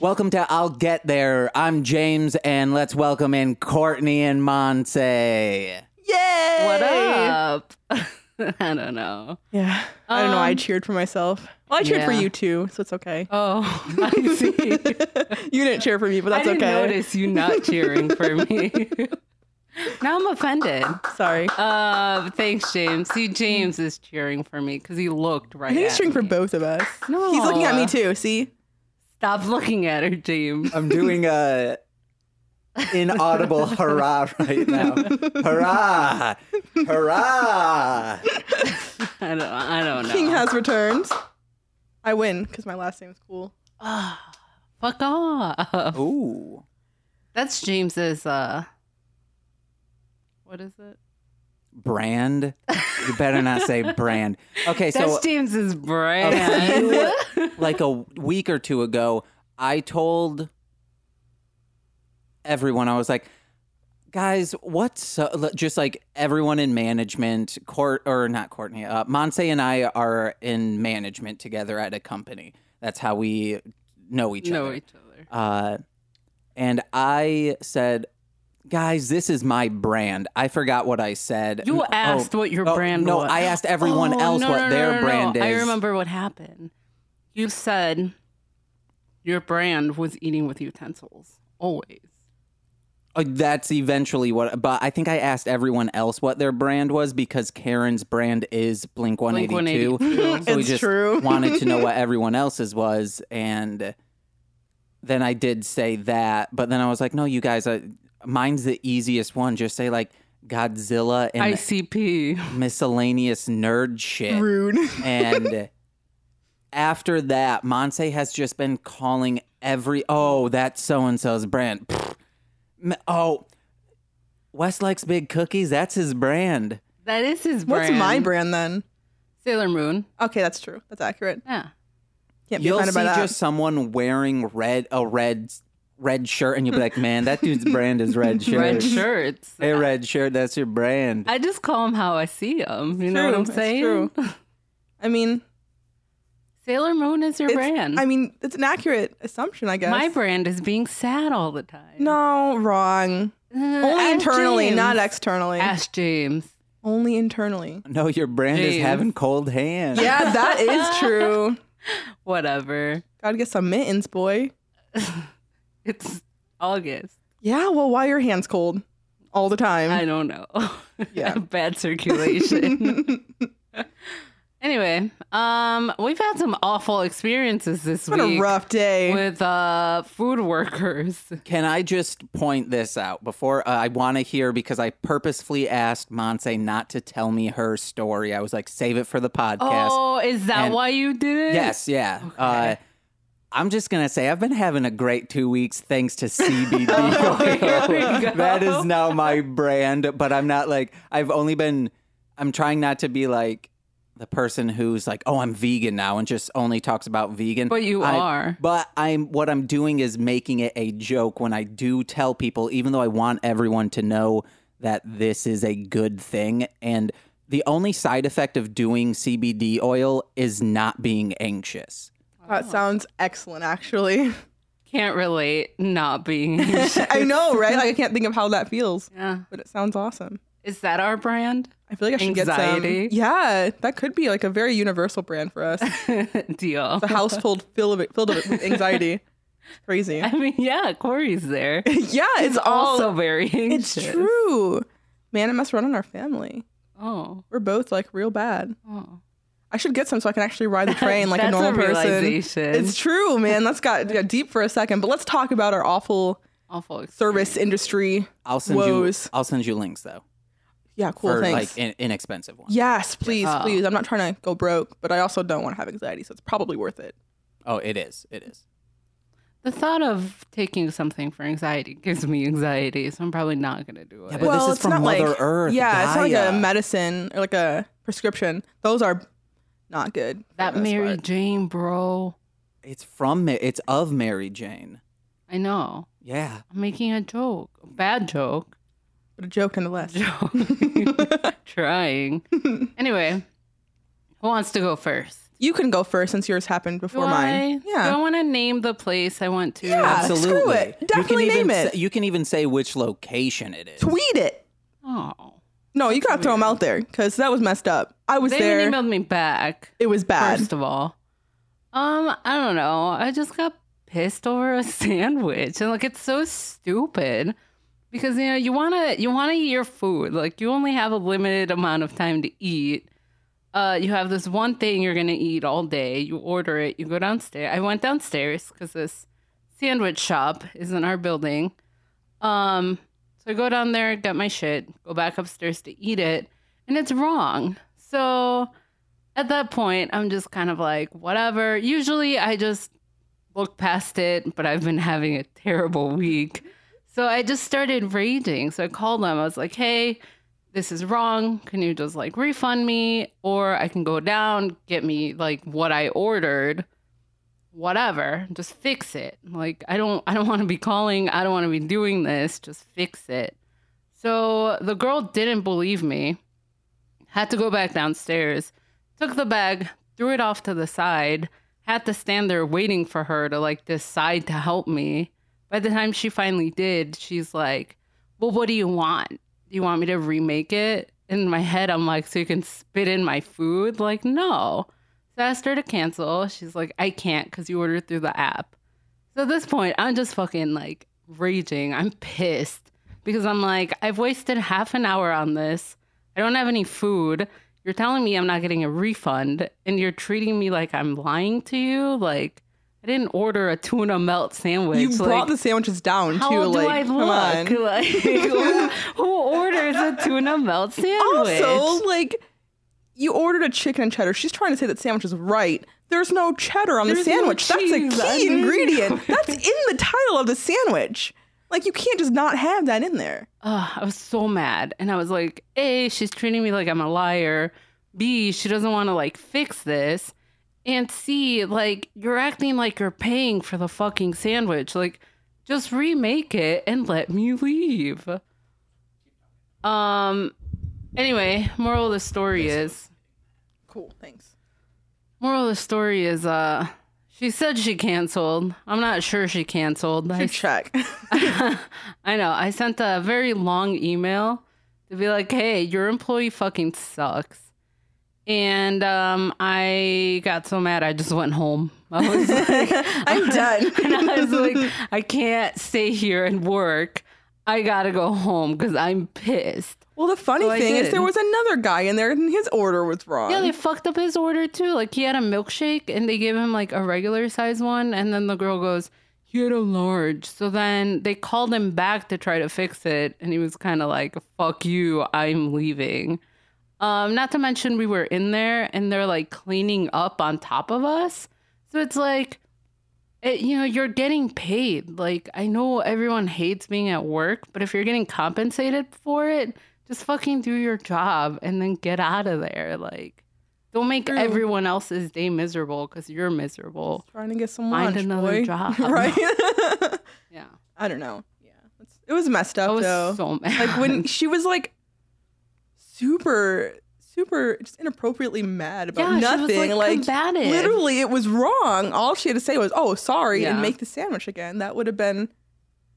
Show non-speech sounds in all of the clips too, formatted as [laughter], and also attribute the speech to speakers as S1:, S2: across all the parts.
S1: Welcome to I'll Get There. I'm James, and let's welcome in Courtney and Monse.
S2: Yay!
S3: What up? [laughs] I don't know.
S2: Yeah. I don't know. I
S3: Um,
S2: cheered for myself. Well, I cheered for
S3: yeah.
S2: you too, so it's okay.
S3: Oh, [laughs] I [laughs] see.
S2: [laughs] you didn't cheer for me, but
S3: I
S2: that's
S3: didn't
S2: okay.
S3: notice you not cheering for me. [laughs] now I'm offended.
S2: Sorry.
S3: Uh, thanks, James. See, James is cheering for me because he looked right.
S2: I think he's
S3: at
S2: cheering for
S3: me.
S2: both of us.
S3: No,
S2: He's looking at me too. See?
S3: Stop looking at her, James.
S1: I'm doing a inaudible hurrah right now. Hurrah! Hurrah!
S3: I don't. I don't know.
S2: King has returned. I win because my last name's cool.
S3: Ah, [sighs] fuck off.
S1: Ooh.
S3: That's James's. Uh, what is it?
S1: Brand? You better not say brand. Okay,
S3: That's
S1: so
S3: James's brand.
S1: a few, [laughs] like a week or two ago, I told everyone I was like, guys, what's uh, just like everyone in management, court or not Courtney, uh, Monse and I are in management together at a company. That's how we know each
S3: know
S1: other.
S3: each other.
S1: Uh, and I said, guys, this is my brand. I forgot what I said.
S3: You
S1: Oh,
S3: asked what your
S1: oh,
S3: brand
S1: no,
S3: was.
S1: I asked everyone
S3: Oh,
S1: else
S3: no,
S1: what
S3: no, no,
S1: their
S3: no, no, no.
S1: brand is.
S3: I remember what happened. You said your brand was eating with utensils always.
S1: Oh, that's eventually what, but I think I asked everyone else what their brand was because Karen's brand is Blink 182. [laughs] So we
S2: [laughs] It's
S1: just
S2: true.
S1: wanted to know what everyone else's was. And then I did say that, but then I was like, no, you guys, I, mine's the easiest one. Just say like Godzilla and
S3: ICP.
S1: miscellaneous nerd shit.
S2: Rude. [laughs]
S1: And after that, Monse has just been calling every oh that's so and so's brand. Pfft. M- Oh, West likes big cookies. That's his brand.
S3: That is his brand.
S2: What's my brand then?
S3: Sailor Moon.
S2: Okay, that's true. That's accurate.
S3: Yeah.
S2: Can't be
S1: You'll see
S2: offended by that.
S1: just someone wearing red a red red shirt, and you'll be like, man, that dude's brand is red shirt.
S3: [laughs] Red shirts.
S1: Hey, red shirt, that's your brand.
S3: I just call them how I see them. You know what
S2: True,
S3: I'm
S2: it's
S3: saying?
S2: true. I mean,
S3: [laughs] Sailor Moon is your
S2: it's-
S3: brand.
S2: I mean, it's an accurate assumption, I guess.
S3: my brand is being sad all the time.
S2: No, wrong.
S3: Uh,
S2: Only
S3: ask
S2: internally,
S3: James.
S2: not externally.
S3: Ask James.
S2: Only internally.
S1: no, your brand is
S3: James.
S1: having cold hands.
S2: Yeah, that [laughs] is true.
S3: Whatever.
S2: Gotta get some mittens, boy.
S3: It's August.
S2: Yeah, well, why are your hands cold all the time?
S3: I don't know. [laughs]
S2: Yeah.
S3: Bad
S2: [laughs]
S3: circulation. anyway, um, we've had some awful experiences this
S2: it's been
S3: week
S2: a rough day.
S3: with uh food workers.
S1: Can I just point this out before uh, I want to hear because I purposefully asked Monse not to tell me her story. I was like, save it for the podcast.
S3: Oh, is that
S1: And-
S3: why you did it?
S1: Yes, yeah. Uh,
S3: Okay.
S1: I'm just gonna say I've been having a great two weeks thanks to [laughs]
S3: [laughs]
S1: CBD
S3: Oh, here we
S1: oil.
S3: go.
S1: that is now my brand, but I'm not like I've only been. I'm trying not to be like the person who's like, oh, I'm vegan now and just only talks about vegan.
S3: But you
S1: I-
S3: are.
S1: But I'm what I'm doing is making it a joke when I do tell people, even though I want everyone to know that this is a good thing. And the only side effect of doing CBD oil is not being anxious.
S2: that
S3: Oh.
S2: sounds
S3: [laughs]
S2: excellent, actually.
S3: Can't relate not being.
S2: [laughs] I know, right? Like, I can't think of how that feels,
S3: [laughs] yeah.
S2: but it sounds awesome.
S3: Is that our brand? [laughs]
S2: I feel like I should
S3: Anxiety.
S2: get some. Yeah, that could be like a very universal brand for us.
S3: Deal. [laughs]
S2: The household filled of it, filled of it with anxiety. Crazy.
S3: I mean, yeah, Corey's there.
S2: [laughs] yeah, it's all.
S3: also very
S2: It's
S3: anxious.
S2: true. Man, it must run in our family.
S3: Oh.
S2: We're both like real bad.
S3: oh.
S2: I should get some so I can
S3: [laughs]
S2: actually ride the train like a
S3: That's
S2: normal person.
S3: realization.
S1: [laughs]
S2: It's true, man. That's got, got deep for a second. But let's talk about our awful
S3: awful experience.
S2: service industry.
S1: I'll send
S2: Woes.
S1: you. I'll send you links though
S2: Yeah, cool.
S1: for
S2: thanks.
S1: like in, inexpensive ones.
S2: yes, please,
S3: Oh.
S2: please. I'm not trying to go broke, but I also don't want to have anxiety, so it's probably worth it.
S1: Oh, it is. It is.
S3: The thought of taking something for anxiety gives me anxiety, so I'm probably not gonna do it.
S1: Yeah, but- this is from Mother Earth,
S2: Yeah, it's not like
S1: Gaia.
S2: a medicine or like a prescription. Those are not good. for
S3: that
S2: the most
S3: Mary
S2: part.
S3: Jane, bro.
S1: It's from. Ma- It's of Mary Jane.
S3: I know.
S1: Yeah.
S2: [laughs]
S3: I'm making a joke, a bad joke.
S2: but a joke nonetheless.
S3: [laughs] Trying. Anyway, who wants to go first?
S2: [laughs] You can go first since yours happened
S3: Do
S2: before mine.
S3: I?
S2: Yeah.
S3: Do I want to name the place I went to?
S2: Yeah. screw
S1: Absolutely.
S2: it.
S1: You can
S2: Definitely
S1: even
S2: name it.
S1: say- you can even say which location it is.
S2: Tweet it.
S3: Oh.
S2: No, you gotta throw them out there because that was messed up. I was
S3: They
S2: there.
S3: even emailed me back.
S2: it was bad.
S3: First of all, um, I don't know. I just got pissed over a [laughs] sandwich, and like it's so stupid because you know you wanna you wanna eat your food. Like you only have a limited amount of time to eat. Uh, you have this one thing you're gonna eat all day. You order it. You go downstairs. I went downstairs because this sandwich shop is in our building. Um, so I go down there, get my shit, go back upstairs to eat it, and it's wrong. So at that point, I'm just kind of like, whatever. Usually I just look past it, but I've been having a terrible week. So I just started raging. So I called them. I was like, hey, this is wrong. Can you just like refund me? Or I can go down, get me like what I ordered whatever just fix it like i don't i don't want to be calling i don't want to be doing this just fix it so the girl didn't believe me had to go back downstairs took the bag threw it off to the side had to stand there waiting for her to like decide to help me by the time she finally did she's like well what do you want do you want me to remake it in my head i'm like so you can spit in my food like no so I asked her to cancel. She's like, I can't because you ordered through the app. So at this point, I'm just fucking like raging. I'm pissed because I'm like, I've wasted half an hour on this. I don't have any food. You're telling me I'm not getting a refund and you're treating me like I'm lying to you. Like, I didn't order a tuna melt sandwich.
S2: you
S3: like,
S2: brought the sandwiches down
S3: how
S2: too.
S3: do
S2: like,
S3: I
S2: come
S3: look? [laughs]
S2: on.
S3: Like, who- who orders a tuna melt sandwich?
S2: Also, like, you ordered a chicken and cheddar. She's trying to say that sandwich is right. There's no cheddar on
S3: There's
S2: the
S3: no
S2: sandwich. That's a
S3: cheese. I
S2: key
S3: mean-
S2: ingredient. That's in the title of the sandwich. Like, you can't just not have that in there.
S3: Ugh, I was so mad. And I was like, A, she's treating me like I'm a liar. B, she doesn't want to like fix this. And C, like, you're acting like you're paying for the fucking sandwich. Like, just remake it and let me leave. Um, anyway, moral of the story is
S2: Cool. Thanks.
S3: Moral of the story is uh she said she canceled. I'm not sure she canceled. I,
S2: Good check. [laughs]
S3: [laughs] I know. I sent a very long email to be like, "Hey, your employee fucking sucks." And um I got so mad I just went home. I
S2: [laughs]
S3: was like,
S2: I'm done.
S3: [laughs] and I was like, I can't stay here and work. I got to go home cuz I'm pissed.
S2: Well, the funny
S3: So Oh, I
S2: thing is,
S3: did.
S2: there was another guy in there, and his order was wrong.
S3: Yeah, they fucked up his order too. Like he had a milkshake and they gave him like a regular size one, and then the girl goes, "You had a large." So then they called him back to try to fix it, and he was kind of like, "Fuck you, I'm leaving." Um, not to mention we were in there and they're like cleaning up on top of us. So it's like, it, you know, you're getting paid. Like I know everyone hates being at work, but if you're getting compensated for it, just fucking do your job and then get out of there. Like, don't make
S2: True.
S3: everyone else's day miserable because you're miserable.
S2: trying to get some
S3: Find
S2: lunch,
S3: another
S2: boy.
S3: job.
S2: [laughs] right?
S3: Yeah,
S2: I don't know. Yeah, It's- it was messed
S3: I
S2: up
S3: was
S2: though.
S3: so [laughs] mad.
S2: like when she was like super, super, just inappropriately mad about
S3: yeah,
S2: nothing.
S3: she was, like, combative.
S2: literally, it was wrong. All she had to say was, "Oh, sorry,"
S3: Yeah.
S2: and make the sandwich again. That would have been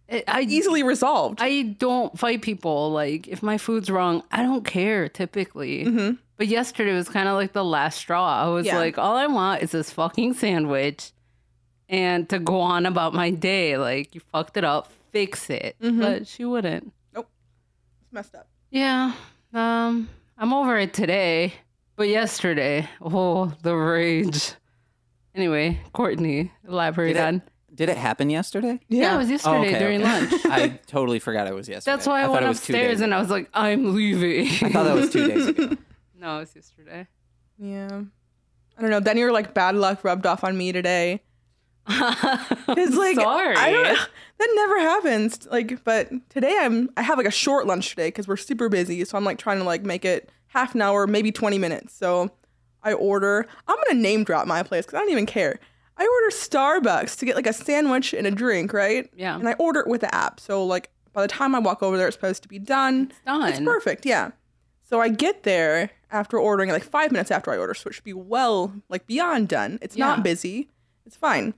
S3: It- Eh, I
S2: easily resolved.
S3: I don't fight people. Like if my food's wrong, I don't care typically.
S2: Mhm.
S3: But yesterday was kind of like the last straw. I was
S2: Yeah.
S3: like, all I want is this fucking sandwich and to go on about my day. Like, you fucked it up, fix it.
S2: Mhm.
S3: But she wouldn't.
S2: It's messed up.
S3: Yeah. Um, I'm over it today. But yesterday, oh, the rage. Anyway, Courtney, elaborate
S1: Did it-
S3: on.
S1: Did it happen yesterday?
S3: Yeah, it was yesterday
S1: Oh, okay,
S3: during
S1: okay.
S3: lunch.
S1: [laughs] I totally forgot it was yesterday.
S3: [laughs] That's why I,
S1: thought
S3: went
S1: it was two days
S3: upstairs and I was like, I'm leaving.
S1: I thought that was
S3: [laughs]
S1: two days ago.
S3: No, it's yesterday.
S2: Yeah. I don't know. Then your like bad luck rubbed off on me today.
S3: [laughs] it's
S2: It's like
S3: sorry.
S2: I don't, [laughs] that never happens. Like, but today I'm I have like a short lunch today because we're super busy. So I'm like trying to like make it half an hour, maybe 20 minutes. So I order. I'm gonna name drop my place because I don't even care. I order Starbucks to get like a sandwich and a drink, right?
S3: Yeah.
S2: And I order it with the app. So like By the time I walk over there, it's supposed to be done.
S3: Done.
S2: It's perfect, yeah. So I get there after ordering, like five minutes after I order, so it should be well, like beyond done. It's
S3: Yeah.
S2: not busy, it's fine.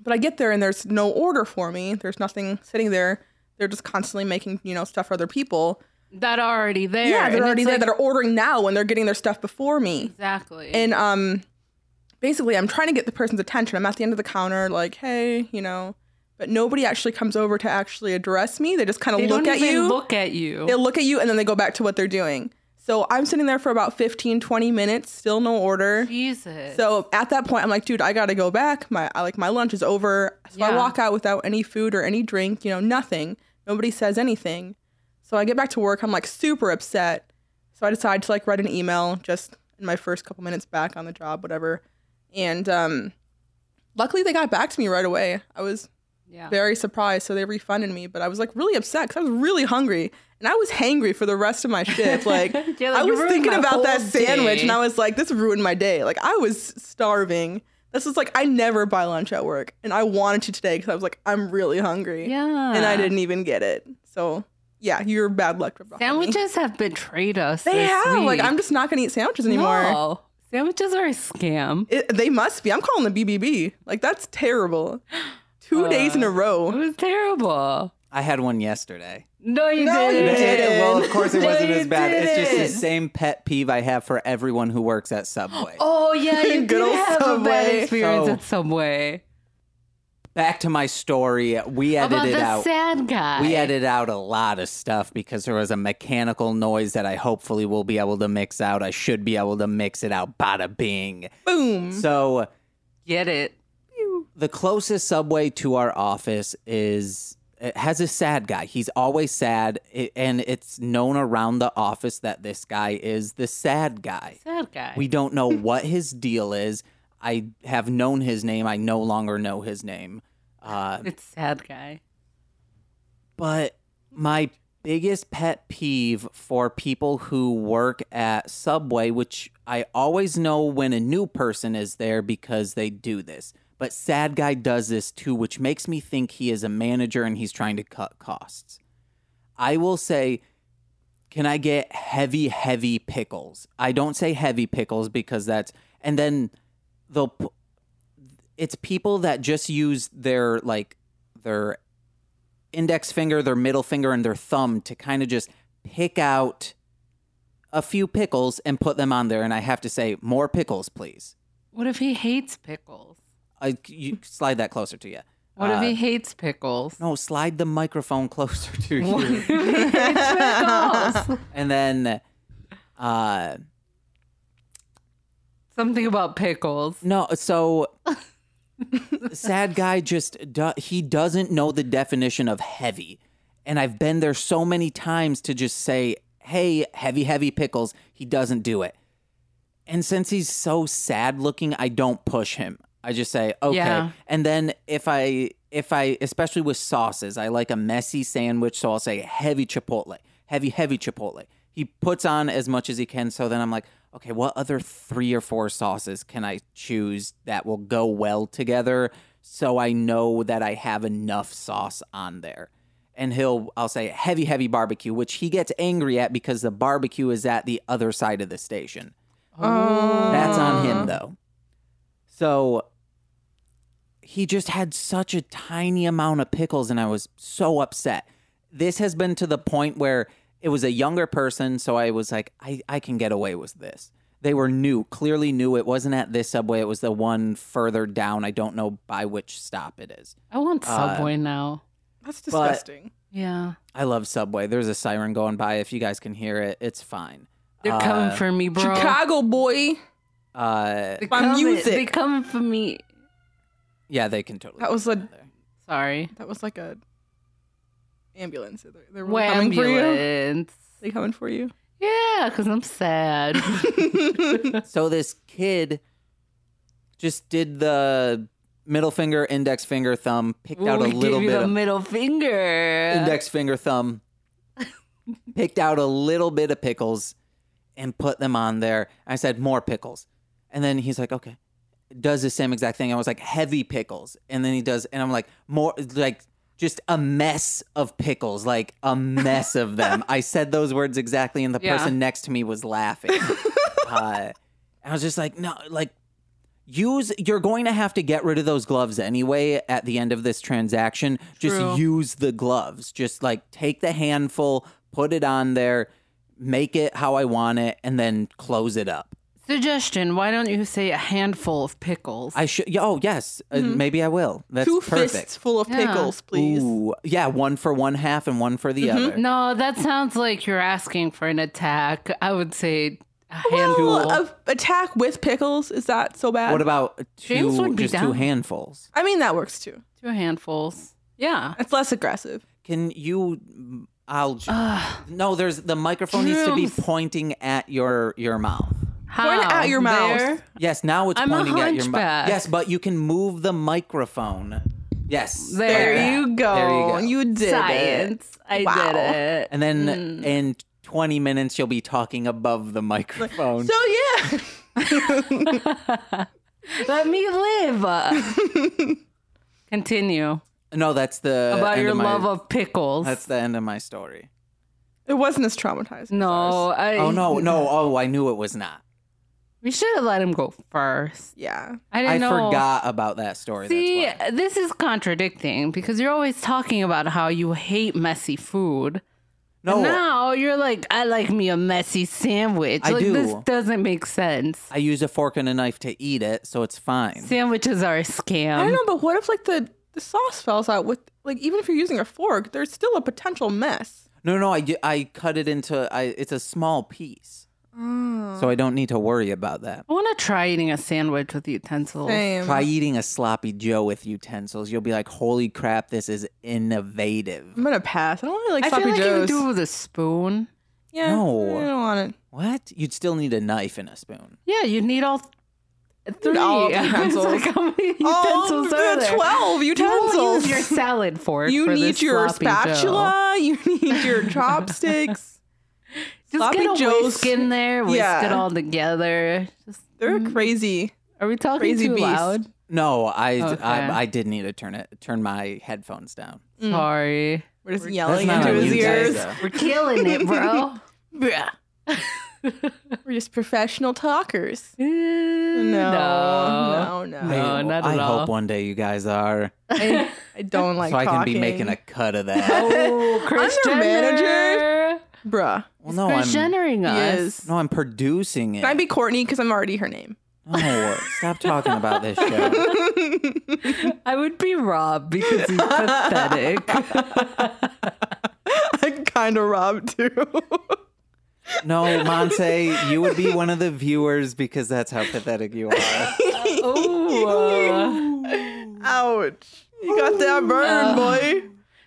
S2: But I get there and there's no order for me. There's nothing sitting there. They're just constantly making, you know, stuff for other people.
S3: That are already there.
S2: Yeah,
S3: And
S2: they're already
S3: it's
S2: there
S3: like-
S2: that are ordering now when they're getting their stuff before
S3: [laughs]
S2: me.
S3: exactly.
S2: And um, basically, I'm trying to get the person's attention. I'm at the end of the counter, like, hey, you know, but nobody actually comes over to actually address me. They just kind
S3: they
S2: of look
S3: don't
S2: at
S3: even
S2: you.
S3: Look at you.
S2: they look at you and then they go back to what they're doing. So I'm sitting there for about 15, 20 minutes, still no order.
S3: Jesus.
S2: So at that point, I'm like, dude, I gotta go back. My I, like my lunch is over. So
S3: Yeah.
S2: I walk out without any food or any drink. You know, nothing. Nobody says anything. So I get back to work. I'm like super upset. So I decide to like write an email just in my first couple minutes back on the job, whatever. And um, luckily they got back to me right away. I was
S3: yeah.
S2: very surprised. So they refunded me, but I was like really upset because I was really hungry and I was hangry for the rest of my
S3: [laughs]
S2: shift. Like,
S3: You're like,
S2: I
S3: "You
S2: was
S3: ruined
S2: thinking
S3: my
S2: about that
S3: whole
S2: sandwich
S3: day."
S2: and I was like, this ruined my day. Like, I was starving. This is like, I never buy lunch at work and I wanted to today because I was like, I'm really hungry.
S3: Yeah.
S2: And I didn't even get it. So, yeah, you're bad luck. rubbed off on me.
S3: Sandwiches have betrayed us.
S2: They
S3: this
S2: have. Like,
S3: week.
S2: I'm just not going to eat sandwiches anymore.
S3: No. Sandwiches are a scam.
S2: It, they must be. I'm calling the BBB. Like, that's
S3: [gasps]
S2: terrible. Two days in a
S3: It
S2: row.
S3: was terrible.
S1: I had one yesterday.
S3: No, you
S2: No, you
S3: didn't.
S2: didn't.
S1: Well, of
S3: [laughs]
S1: course it
S3: No,
S1: wasn't
S3: you
S1: as bad. It's just
S3: didn't.
S1: the same pet peeve I have for everyone who works at Subway.
S3: Oh
S2: [laughs]
S3: yeah, you
S2: Good
S3: did
S2: old
S3: have a bad
S2: Subway.
S3: experience
S1: So-
S3: at Subway.
S1: Back to my story. We
S3: About
S1: edited
S3: the
S1: out.
S3: sad guy.
S1: we edited out a lot of stuff because there was a mechanical noise that I hopefully will be able to mix out. I should be able to mix it out. Bada bing.
S2: Boom.
S3: Mm-hmm.
S1: So
S3: Get it?
S1: the closest subway to our office is it has a sad guy. He's always sad, i- and it's known around the office that this guy is the sad guy.
S3: Sad guy.
S1: We don't know what his deal is. I have known his name. I no longer know his name. Uh,
S3: it's sad guy.
S1: but my biggest pet peeve for people who work at Subway, which I always know when a new person is there because they do this, but Sad Guy does this too, which makes me think he is a manager and he's trying to cut costs. I will say, can I get heavy, heavy pickles? I don't say heavy pickles because that's, and then they'll, pu- it's people that just use their, like, their index finger, their middle finger, and their thumb to kind of just pick out a few pickles and put them on there. And I have to say, more pickles, please.
S3: What if he hates pickles?
S1: I, you slide that closer to you.
S3: What
S1: Uh,
S3: if he hates pickles?
S1: No, slide the microphone [laughs] closer to
S3: What if
S1: you.
S3: he hates
S1: [laughs]
S3: pickles?
S1: and then, uh,
S3: Something about pickles.
S1: no, so. Sad guy just do- he doesn't know the definition of heavy, and I've been there so many times to just say, "Hey, heavy, heavy pickles." He doesn't do it. And since he's so sad looking, I don't push him. I just say, okay.
S3: Yeah.
S1: And then if I if I especially with sauces, I like a messy sandwich, so I'll say heavy chipotle, heavy, heavy chipotle. He puts on as much as he can, so then I'm like, okay, what other three or four sauces can I choose that will go well together so I know that I have enough sauce on there? and he'll I'll say heavy heavy barbecue, which he gets angry at because the barbecue is at the other side of the station. Oh. That's on him though. So he just had such a tiny amount of pickles and I was so upset. This has been to the point where it was a younger person, so I was like, I, I can get away with this. They were new, clearly new. It wasn't at this subway, it was the one further down. I don't know by which stop it is.
S3: I want
S1: Uh,
S3: Subway now.
S2: That's
S1: but-
S2: disgusting.
S3: Yeah.
S1: I love Subway. There's a siren going by. If you guys can hear it, it's fine.
S3: They're
S1: Uh,
S3: coming for me, bro.
S2: Chicago boy.
S1: Uh,
S3: They're
S2: My
S3: coming-
S2: music.
S3: They're coming for me.
S1: yeah, they can totally.
S2: That was a
S3: Sorry.
S2: that was like a ambulance. They- They were coming for you.
S3: Ambulance.
S2: They coming for you.
S3: Yeah, because I'm
S1: [laughs]
S3: sad.
S1: so this kid just did the middle finger, index finger, thumb, picked out
S3: Ooh,
S1: a
S3: we give
S1: little
S3: you
S1: bit
S3: the
S1: of
S3: middle finger.
S1: index finger,
S3: [laughs]
S1: thumb, picked out a little bit of pickles and put them on there. I said more pickles, and then he's like, okay. Does the same exact thing. I was like heavy pickles, and then he does, and I'm like more like just a mess of pickles, like a mess of
S3: [laughs]
S1: them. I said those words exactly, and the
S3: Yeah.
S1: person next to me was
S3: [laughs]
S1: laughing. uh, I was just like, no, like use. You're going to have to get rid of those gloves anyway at the end of this transaction.
S3: True.
S1: Just use the gloves. Just like take the handful, put it on there, make it how I want it, and then close it up.
S3: Suggestion: Why don't you say a handful of pickles?
S1: I should. Oh yes, uh,
S3: Mm-hmm.
S1: maybe I will. That's
S2: Two
S1: perfect.
S2: fists full of
S3: Yeah.
S2: pickles, please.
S1: Ooh, yeah, one for one half and one for the other.
S3: Mm-hmm. no, that sounds like you're asking for an attack. I would say a handful.
S2: Well, a attack with pickles is that so bad?
S1: What about
S3: uh, James
S1: two
S3: would be
S1: just two
S3: down.
S1: handfuls?
S2: I mean, that works too.
S3: Two handfuls. Yeah.
S2: It's less aggressive.
S1: Can you? I'll. j- no, there's the microphone needs to
S3: Uh, James.
S1: be pointing at your your mouth.
S3: How?
S2: at your mouth.
S3: There?
S1: Yes, now it's
S3: I'm a
S1: pointing at your mouth.
S3: hunchback.
S1: Yes, but you can move the microphone. Yes, like
S3: There
S1: that.
S2: you go.
S1: There you go.
S2: did it.
S3: Science. I
S2: Wow.
S3: did [laughs] it.
S1: and then
S3: Mm.
S1: in 20 minutes you'll be talking above the microphone.
S2: So yeah,
S3: Let me live. [laughs] Continue
S1: no, that's the
S3: about
S1: end
S3: your
S1: of my-
S3: love of pickles.
S1: That's the end of my story.
S2: it wasn't as traumatizing.
S3: Mm. no, I,
S1: Oh no, no! Oh, I knew it was not.
S3: We should have let him go first.
S2: Yeah.
S3: I didn't
S1: I
S3: know.
S1: forgot about that story.
S3: See,
S1: that's why.
S3: this is contradicting because you're always talking about how you hate messy food.
S1: no,
S3: Now you're like, I like me a messy sandwich.
S1: I
S3: like
S1: do.
S3: this doesn't make sense.
S1: I use a fork and a knife to eat it, so it's fine.
S3: Sandwiches are a scam.
S2: I don't know, but what if like the the sauce falls out with like even if you're using a fork, there's still a potential mess.
S1: No, no, I, I cut it into. I it's a small piece,
S3: Mm.
S1: so I don't need to worry about that.
S3: I want to try eating a sandwich with utensils.
S2: Same.
S1: Try eating a sloppy Joe with utensils. You'll be like, "Holy crap, this is innovative."
S2: I'm gonna pass. I don't really like
S3: I
S2: sloppy
S3: feel like you
S2: joes.
S3: could do it with a spoon.
S2: yeah,
S1: No.
S2: I don't want it.
S1: What? You'd still need a knife and a spoon.
S3: Yeah, you need all th- [laughs] three. [laughs]
S2: all of the
S3: I was
S2: utensils.
S3: like, how many
S2: [laughs] Oh,
S3: utensils are
S2: the
S3: there?
S2: twelve
S3: You won't
S2: utensils. [laughs]
S3: use your salad fork.
S2: You
S3: for
S2: need
S3: this
S2: your
S3: sloppy Joe.
S2: spatula. You need your chopsticks.
S3: Just
S2: Sloppy
S3: get a
S2: Joe's-
S3: whisk in there. Whisk
S2: Yeah.
S3: it all together. Just
S2: They're crazy.
S3: are we talking
S2: Crazy
S3: too
S2: beast.
S3: loud?
S1: No, I,
S3: Okay.
S1: I I did need to turn it turn my headphones down.
S3: Sorry,
S2: We're just
S1: That's
S2: yelling
S1: not
S2: Mm. into
S1: how
S2: his
S1: you guys
S2: ears.
S1: are.
S3: we're killing it,
S2: [laughs]
S3: bro. Bruh.
S2: We're just professional talkers. No,
S3: Mm, no,
S2: no, no.
S3: No.
S1: I,
S3: not
S1: I
S3: at all.
S1: hope one day you guys are,
S2: I, I don't like
S1: so I can
S2: talking.
S1: be making a cut of
S2: [laughs]
S1: that.
S3: Oh, Chris
S2: I'm their manager.
S3: Jenner.
S2: bruh.
S1: well, no,
S3: Chris
S1: I'm
S3: Jennering us.
S2: Yes.
S1: no, I'm producing it.
S2: Can I be Courtney? Because I'm already her name. [laughs]
S1: No, stop talking about this show.
S3: I would be Rob because he's pathetic.
S2: [laughs] I'm kind of robbed too.
S1: No, Monte, you would be one of the viewers because that's how pathetic
S2: [laughs]
S1: you are.
S3: Oh.
S2: [laughs] Ouch. You got that burn, boy.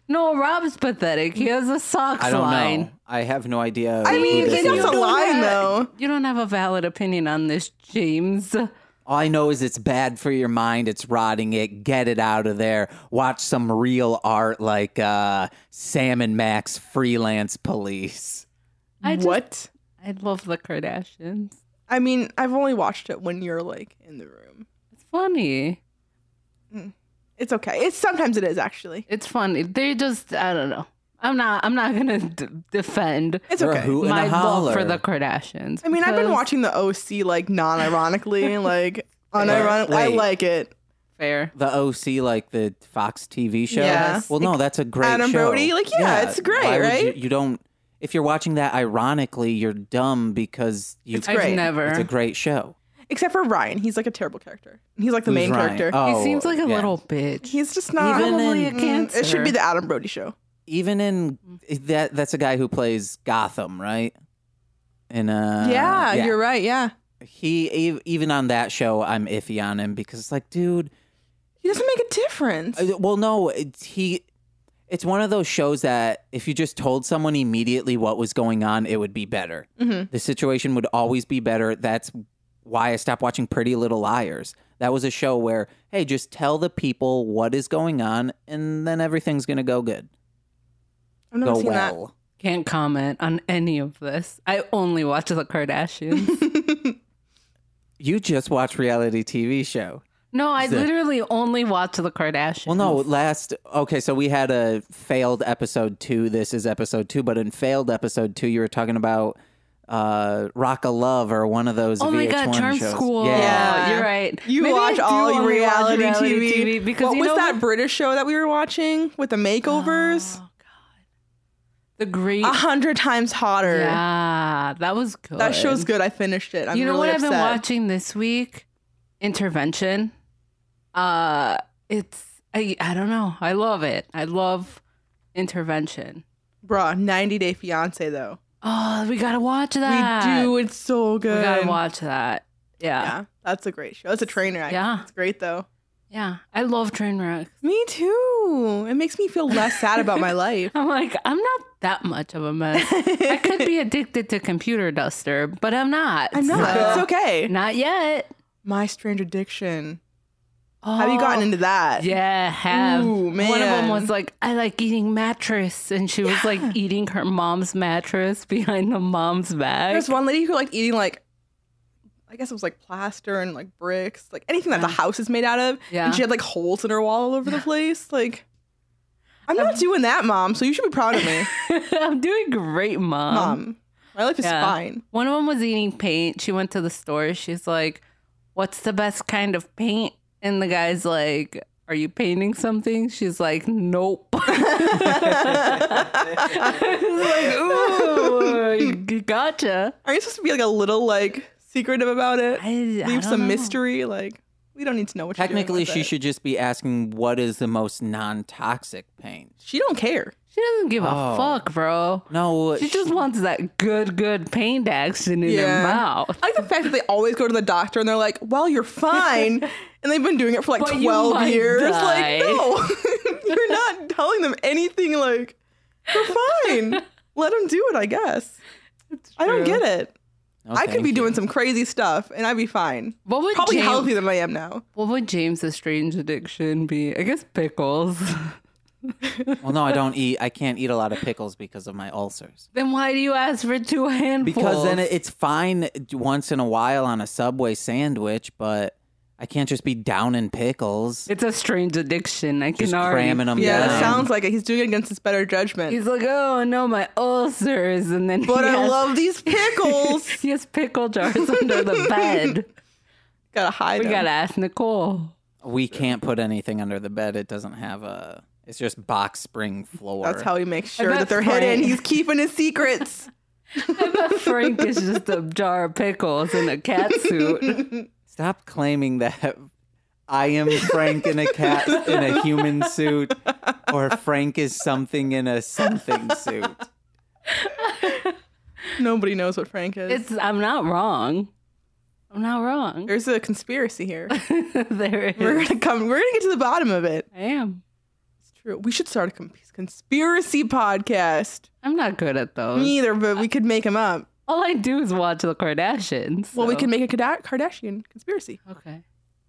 S3: No, Rob's pathetic. He has a socks
S1: I don't
S3: line.
S1: know. I have no idea.
S2: I
S1: who
S2: mean,
S1: this
S2: then
S1: is.
S2: you don't- line,
S3: have,
S2: though.
S3: You don't have a valid opinion on this, James.
S1: all I know is it's bad for your mind. It's rotting it. Get it out of there. Watch some real art like uh, Sam and Max Freelance Police.
S3: I just,
S2: what?
S3: I love the Kardashians.
S2: I mean, I've only watched it when you're like in the room.
S3: It's funny.
S2: It's okay. It's sometimes it is actually.
S3: It's funny. They just I don't know. I'm not. I'm not gonna d- defend
S2: It's
S1: You're a
S2: okay.
S1: hoot and a
S3: my love for
S1: holler.
S3: the Kardashians.
S2: I mean, I've been
S3: because-
S2: watching the OC
S3: [laughs]
S2: like non-ironically, like unironically. I
S1: Wait.
S2: like it.
S3: Fair.
S1: The OC, like the Fox TV show.
S2: Yes.
S1: Well, no, that's a great
S2: Adam
S1: show.
S2: Brody, like, yeah, it's great,
S1: Why would
S2: right?
S1: You, you don't. If you're watching that ironically, you're dumb because you.
S2: It's great.
S3: I've never.
S1: It's a great show.
S2: Except for Ryan, he's like a terrible character. He's like the
S1: Who's
S2: main
S1: Ryan?
S2: character.
S1: Oh,
S3: he seems like a
S1: yeah.
S3: little bitch.
S2: He's just not.
S1: Even
S3: Probably
S1: in-
S3: a
S2: Mm,
S3: cancer.
S2: it should be the Adam Brody show.
S1: even in
S2: Mm.
S1: that that's a guy who plays Gotham, right? And uh
S2: yeah, you're right. Yeah,
S1: He ev- even on that show I'm iffy on him because it's like, dude,
S2: he doesn't make a difference.
S1: uh, well no, it's he it's one of those shows that if you just told someone immediately what was going on, it would be better.
S2: Mhm.
S1: The situation would always be better. That's why I stopped watching Pretty Little Liars. That was a show where, hey, just tell the people what is going on and then everything's going to go good.
S2: I've never
S1: Go
S2: seen that.
S1: well.
S3: Can't comment on any of this. I only watch the Kardashians.
S1: You just watch reality TV show.
S3: [laughs] No, I
S1: The-
S3: literally only watch the Kardashians.
S1: Well, no, last okay, so we had a failed episode two. This is episode two, but in failed episode two, you were talking about uh Rock of Love or one of those.
S3: Oh my
S1: VH1
S3: god, Charm
S1: shows.
S3: School.
S1: Yeah.
S2: Yeah.
S3: you're right.
S2: You
S3: Maybe I
S2: watch
S3: do
S2: all
S3: only watch
S2: reality,
S3: reality
S2: TV.
S3: because
S2: what
S3: you
S2: was
S3: know
S2: that
S3: what?
S2: British show that we were watching with the makeovers?
S3: Oh, God. The great.
S2: A hundred times
S3: Oh.
S2: hotter.
S3: Yeah, that was good.
S2: That show's good. I finished it. I'm
S3: you know
S2: really
S3: what I've
S2: upset.
S3: been watching this week? Intervention. Uh, it's I I don't know. I love it. I love Intervention.
S2: Bruh, 90 Day Fiance though.
S3: Oh, we gotta watch that.
S2: We do. It's so good.
S3: We gotta watch that. Yeah,
S2: Yeah, that's a great show. That's a train wreck.
S3: Yeah.
S2: it's great though.
S3: yeah. I love Trainwreck.
S2: Me too. It makes me feel less sad about my life.
S3: I'm like, I'm not that much of a mess. [laughs] I
S2: [laughs]
S3: could be addicted to computer duster, but I'm not.
S2: I'm not.
S3: So-
S2: It's okay.
S3: Not yet.
S2: My strange addiction.
S3: Oh,
S2: Have you gotten into that?
S3: Yeah, have.
S2: Ooh,
S3: One of them
S2: man.
S3: was like, I like eating mattress, and she was like eating her mom's mattress behind the mom's back.
S2: There's one lady who liked eating like, I guess it was like plaster and like bricks, like anything that the
S3: Yeah.
S2: house is made out of.
S3: Yeah.
S2: And she had like holes in her wall all
S3: [laughs]
S2: over the place. Like, I'm not doing that, mom. So you should be proud of me,
S3: [laughs] I'm doing great, mom.
S2: mom. My life is
S3: yeah.
S2: fine.
S3: One of them was eating paint. She went to the store. She's like, What's the best kind of paint? And the guy's like, Are you painting something? She's like, Nope. [laughs] I
S2: [laughs]
S3: was like, Ooh, you gotcha.
S2: Are you supposed to be like a little like secretive about it?
S3: I, I
S2: Leave
S3: don't
S2: some
S3: know.
S2: mystery. Like, we don't need to know what.
S1: Technically,
S2: you're doing
S1: she
S2: with it.
S1: should just be asking what is the most non-toxic paint.
S2: She don't care.
S3: She doesn't give
S1: Oh.
S3: a fuck, bro.
S1: No,
S3: She just wants that good, good paint action in
S2: Yeah.
S3: her mouth.
S2: I like the fact that they always go to the doctor and they're like, "Well,
S3: [laughs]
S2: you're fine," and they've been doing it for like
S3: But you
S2: twelve
S3: might
S2: years.
S3: die.
S2: Like, no, [laughs] you're not telling them anything. Like,
S3: [laughs]
S2: you're fine. Let them do it. I guess. I don't
S3: true.
S2: get it.
S1: No,
S2: I could
S1: thank
S2: be
S1: you.
S2: doing some crazy stuff, and I'd be fine.
S3: What would
S2: Probably
S3: James,
S2: healthier than I am now.
S3: What would James' strange addiction be? I guess pickles. [laughs]
S1: Well, no, I don't eat. I can't eat a lot of pickles because of my ulcers.
S3: then why do you ask for two handfuls?
S1: Because then it- it's fine once in a while on a Subway sandwich, but I can't just be down in pickles.
S3: it's a strange addiction. I can
S1: Just
S3: already.
S1: cramming 'em
S2: Yeah,
S1: down.
S2: it sounds like it. He's doing it against his better judgment.
S3: He's like, oh no, my ulcers, and then
S2: but
S3: he
S2: I
S3: has, [laughs]
S2: love these pickles.
S3: he has pickle jars [laughs] under the bed.
S2: gotta hide.
S3: We
S2: them.
S3: gotta ask Nicole. [laughs]
S1: we can't put anything under the bed. It doesn't have a. It's just box spring floor.
S2: That's how he makes
S3: I
S2: sure
S3: bet
S2: that they're
S3: Frank-
S2: hidden. He's keeping his secrets.
S3: [laughs] Frank is just a jar of pickles in a cat
S2: [laughs]
S3: suit.
S1: Stop claiming that I am Frank in a cat in a human suit, or Frank is something in a something suit.
S2: Nobody knows what Frank is.
S3: It's I'm not wrong. I'm not wrong.
S2: There's a
S3: [laughs]
S2: conspiracy here.
S3: there it
S2: We're
S3: is.
S2: gonna come. We're gonna get to the bottom of it.
S3: I am.
S2: It's true. We should start a com- conspiracy podcast.
S3: I'm not good at those.
S2: Me either, but we could make them up.
S3: All I do is watch the Kardashians.
S2: Well, we
S3: so-
S2: can make a Kada- Kardashian conspiracy.
S3: Okay.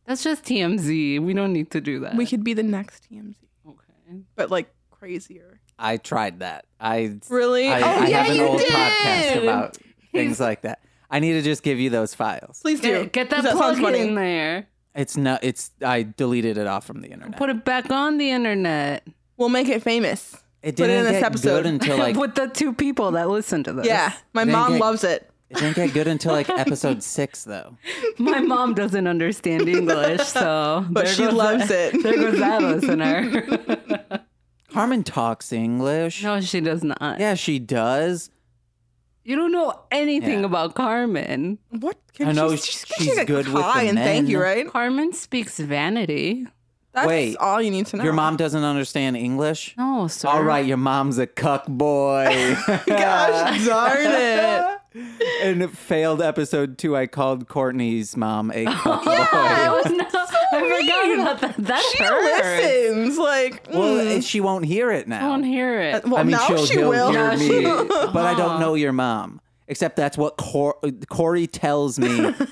S3: That's just TMZ. We don't need to do that.
S2: We could be the next TMZ,
S3: Okay.
S2: but like crazier.
S1: I tried that. I
S2: Really?
S1: I,
S2: oh
S1: I
S2: yeah,
S1: have an
S2: you
S1: old
S2: did.
S1: podcast about things like that. I need to just give you those files.
S2: Please do.
S3: Get, get that,
S2: 'cause sounds
S3: plug
S2: funny.
S3: in there.
S1: It's not. It's. I deleted it off from the internet.
S3: Put it back on the
S2: [laughs]
S3: internet
S2: We'll make it famous.
S1: it
S2: put it
S1: didn't
S2: in this
S1: get
S2: episode.
S1: good until
S2: [laughs]
S1: like
S3: with the two people that listen to this.
S2: Yeah, my
S1: Then
S2: mom
S1: get-
S2: loves it.
S1: it didn't get good until like episode six though.
S3: [laughs] My mom doesn't understand
S2: [laughs]
S3: English, so
S2: But
S3: there
S2: she
S3: goes
S2: loves
S3: that-
S2: it.
S3: There goes that
S2: [laughs]
S3: listener. [laughs]
S1: Carmen talks English.
S3: no, she does not.
S1: Yeah, she does.
S3: You don't know anything
S1: Yeah.
S3: about Carmen.
S2: What? Can
S1: I know
S2: she's,
S1: sh-
S2: can
S1: she's
S2: take a
S1: good with the
S2: high and thank you,
S1: men.
S2: right?
S3: Carmen speaks vanity.
S2: That's
S1: Wait,
S2: all you need to know.
S1: Your
S2: [laughs]
S1: mom [laughs] doesn't understand English.
S3: No, sir.
S1: All right, your mom's a cuck boy. [laughs]
S2: Gosh darn it.
S1: In failed episode two, I called Courtney's mom a cuck
S3: I,
S1: boy.
S3: was not, I forgot about that. That
S2: She
S3: hurts.
S2: listens. Like, mm.
S1: Well, she won't hear it
S3: I
S1: now.
S3: don't hear it.
S2: Uh, well,
S1: I mean,
S2: now
S1: she'll,
S2: she
S1: he'll
S2: will.
S1: hear
S3: Now
S1: me,
S3: she-
S1: but I don't know your mom. Except that's what Cor- Corey tells me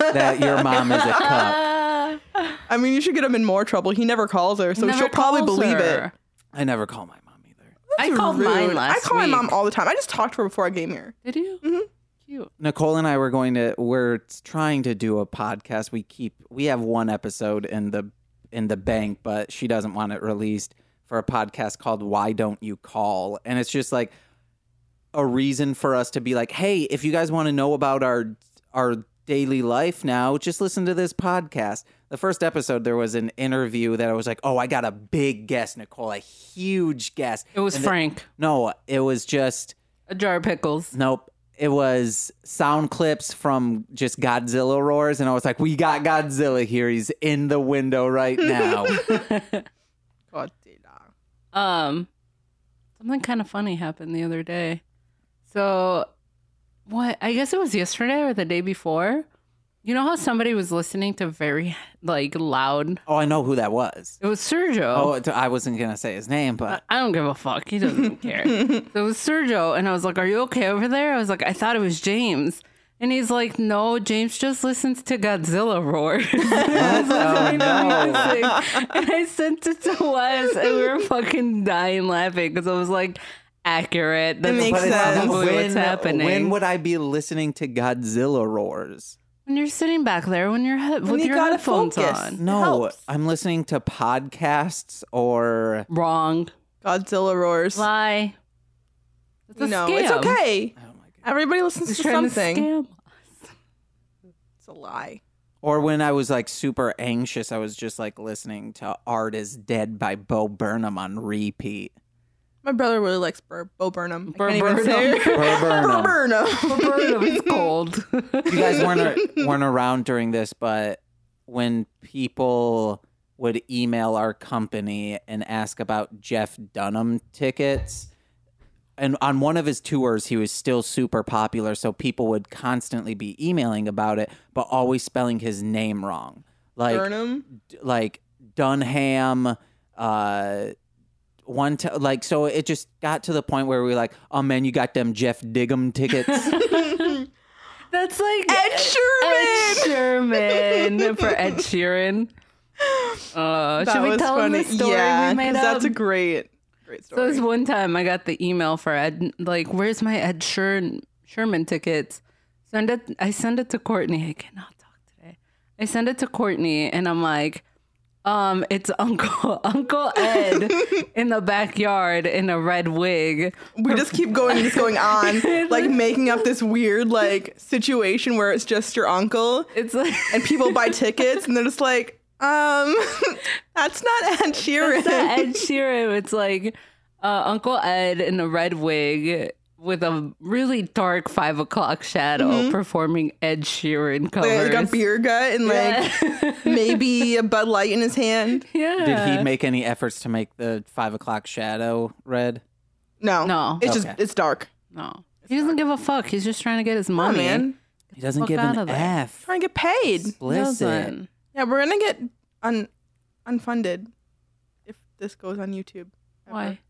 S1: that your mom is a
S3: [laughs]
S1: cuck.
S3: Uh,
S2: [laughs] I mean, you should get him in more trouble. He never calls her, so
S3: never
S2: she'll probably
S3: calls
S2: believe
S3: her.
S2: it.
S1: I never call my mom either.
S3: I called
S2: Rude.
S3: mine last
S2: I call my
S3: week.
S2: mom all the time. I just talked to her before I came here.
S3: Did you? Mm-hmm. Cute.
S1: Nicole and I were going to we're trying to do a podcast. We keep we have one episode in the in the bank, but she doesn't want it released for a podcast called Why Don't You Call? And it's just like a reason for us to be like, hey, if you guys want to know about our our daily life now, just listen to this podcast. The first episode there was an interview that I was like, Oh, I got a big guest, Nicole, a huge guest.
S3: It was
S1: And the-
S3: Frank.
S1: no, it was just
S3: A jar of pickles.
S1: Nope. It was sound clips from just Godzilla roars, and I was like, "We got Godzilla here. He's in the window right now."
S2: God, data.
S3: Um, something kind of funny happened the other day. So, what? I guess it was yesterday or the day before. You know how somebody was listening to very like loud.
S1: oh, I know who that was.
S3: It was Sergio.
S1: Oh, it- I wasn't gonna say his name, but
S3: I don't give a fuck. He
S2: [laughs]
S3: doesn't care. So it was Sergio, and I was like, "Are you okay over there?" I was like, "I thought it was James," and he's like, "No, James just listens to Godzilla roar." [laughs] I was listening
S2: Oh,
S3: to music, and I sent it to Wes, and we were fucking dying laughing because I was like, "Accurate." That's
S2: makes
S3: probably what's
S2: sense.
S3: happening.
S1: When would I be listening to Godzilla roars?
S3: when you're sitting back there, when you're he- with
S2: you
S3: your
S2: gotta
S3: headphones
S2: focus.
S3: on,
S1: No,
S2: helps.
S1: I'm listening to podcasts or
S3: wrong
S2: Godzilla roars.
S3: lie. It's a
S2: no,
S3: scam.
S2: it's okay.
S1: oh my God.
S2: Everybody listens
S3: He's
S2: to
S3: trying
S2: something.
S3: to scam.
S2: It's a lie.
S1: or when I was like super anxious, I was just like listening to "Art Is Dead" by Bo Burnham on repeat.
S2: My brother really likes Bur- Bo Burnham. I
S3: Bur-
S2: can't even say it.
S1: Bo
S2: [laughs]
S1: Burnham.
S2: Bo Burnham.
S3: Burnham, it's cold.
S1: you guys weren't a- weren't around during this, but when people would email our company and ask about Jeff Dunham tickets, and on one of his tours, he was still super popular, so people would constantly be emailing about it, but always spelling his name wrong, like
S2: Burnham.
S1: like Dunham. Uh, one t- like so it just got to the point where we were like oh man you got them jeff diggum tickets
S3: [laughs] That's like
S2: Ed
S3: Ed
S2: Sherman.
S3: Sherman for
S2: [laughs]
S3: Ed Sheeran. Uh,
S2: That
S3: should we
S2: was
S3: tell him
S2: funny.
S3: the story
S2: yeah,
S3: we made
S2: 'cause
S3: up?
S2: that's a great, great
S3: so
S2: story.
S3: this one time I got the email for Ed, like, where's my Ed Sher- Sherman tickets? Send it. I send it to Courtney. I cannot talk today. I send it to Courtney, and I'm like, um, it's Uncle [laughs] Uncle Ed in the backyard in a red wig.
S2: we just keep going and
S3: [laughs]
S2: just going on, like making up this weird like situation where it's just your uncle
S3: It's like
S2: and people
S3: [laughs]
S2: buy tickets and they're just like, um, [laughs] that's not Ed
S3: [laughs]
S2: Sheeran.
S3: It's
S2: [laughs]
S3: not Ed Sheeran. It's like uh, Uncle Ed in a red wig with a really dark five o'clock shadow
S2: Mm-hmm.
S3: performing Ed Sheeran covers.
S2: like a beer gut and like
S3: Yeah. [laughs]
S2: maybe a Bud Light in his hand.
S3: yeah.
S1: did he make any efforts to make the five o'clock shadow red
S2: No,
S3: No.
S2: it's
S1: Okay.
S2: just it's dark.
S3: No. He doesn't give a fuck. He's just trying to get his money.
S2: Oh, man,
S1: He doesn't
S3: fuck
S1: give
S3: out
S1: an
S3: of there.
S1: F.
S2: trying to get paid.
S1: Listen,
S3: Doesn't.
S2: Yeah, we're gonna get un unfunded if this goes on YouTube.
S3: Why?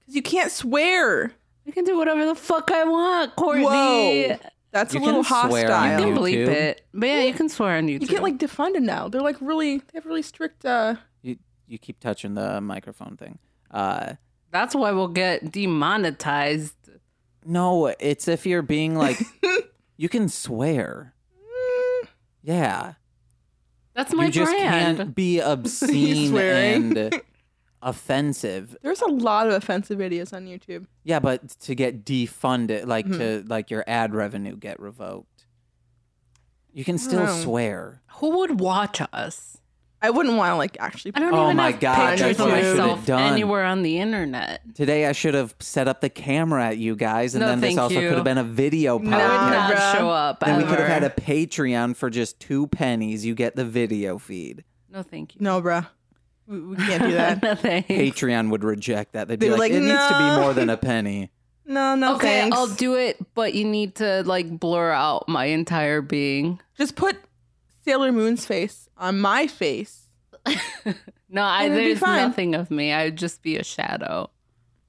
S2: Because you can't swear.
S3: I can do whatever the fuck I want, Courtney.
S2: Whoa, that's
S1: You
S2: a little
S1: can swear on
S3: You
S2: hostile.
S3: can
S1: YouTube.
S3: bleep it. But yeah, you can swear on YouTube.
S2: You get like defunded now. They're like really, they have really strict. uh
S1: you, you keep touching the microphone thing. Uh,
S3: That's why we'll get demonetized.
S1: no, it's if you're being
S3: [laughs]
S1: like, you can swear. Yeah,
S3: That's my
S1: you just
S3: brand.
S1: can't
S3: [laughs]
S1: be obscene
S2: swearing.
S1: and offensive.
S2: There's a lot of offensive videos on YouTube.
S1: Yeah, but to get defunded, like
S3: Mm-hmm.
S1: to like your ad revenue get revoked, you can still
S2: No.
S1: swear.
S3: Who would watch us?
S2: I wouldn't want to like actually.
S3: I don't
S1: Oh
S3: even
S1: my
S3: have
S1: God,
S3: pictures
S2: that's what
S3: of
S2: I should've
S3: myself
S1: done.
S3: anywhere on the internet.
S1: Today I should have set up the camera at you guys, and
S3: No,
S1: then this
S3: thank
S1: also
S3: you.
S1: could have been a video podcast.
S3: I
S2: No, Nah,
S3: would not
S2: bruh.
S3: show up.
S1: Ah. Then we could
S3: ever.
S1: have had a Patreon for just two pennies. You get the video feed.
S3: no, thank you.
S2: No, bruh, we, we can't do
S3: [laughs]
S2: that.
S3: no thanks.
S1: Patreon would reject that. They'd be
S2: They're
S1: like, it
S2: like,
S1: needs to be
S2: "No."
S1: more than a penny.
S2: no, no,
S3: okay,
S2: thanks.
S3: I'll do it, but you need to like blur out my entire being.
S2: Just put Sailor Moon's face on my face.
S3: No, I,
S2: It'd be
S3: there's
S2: fine.
S3: nothing of me. I'd just be a shadow.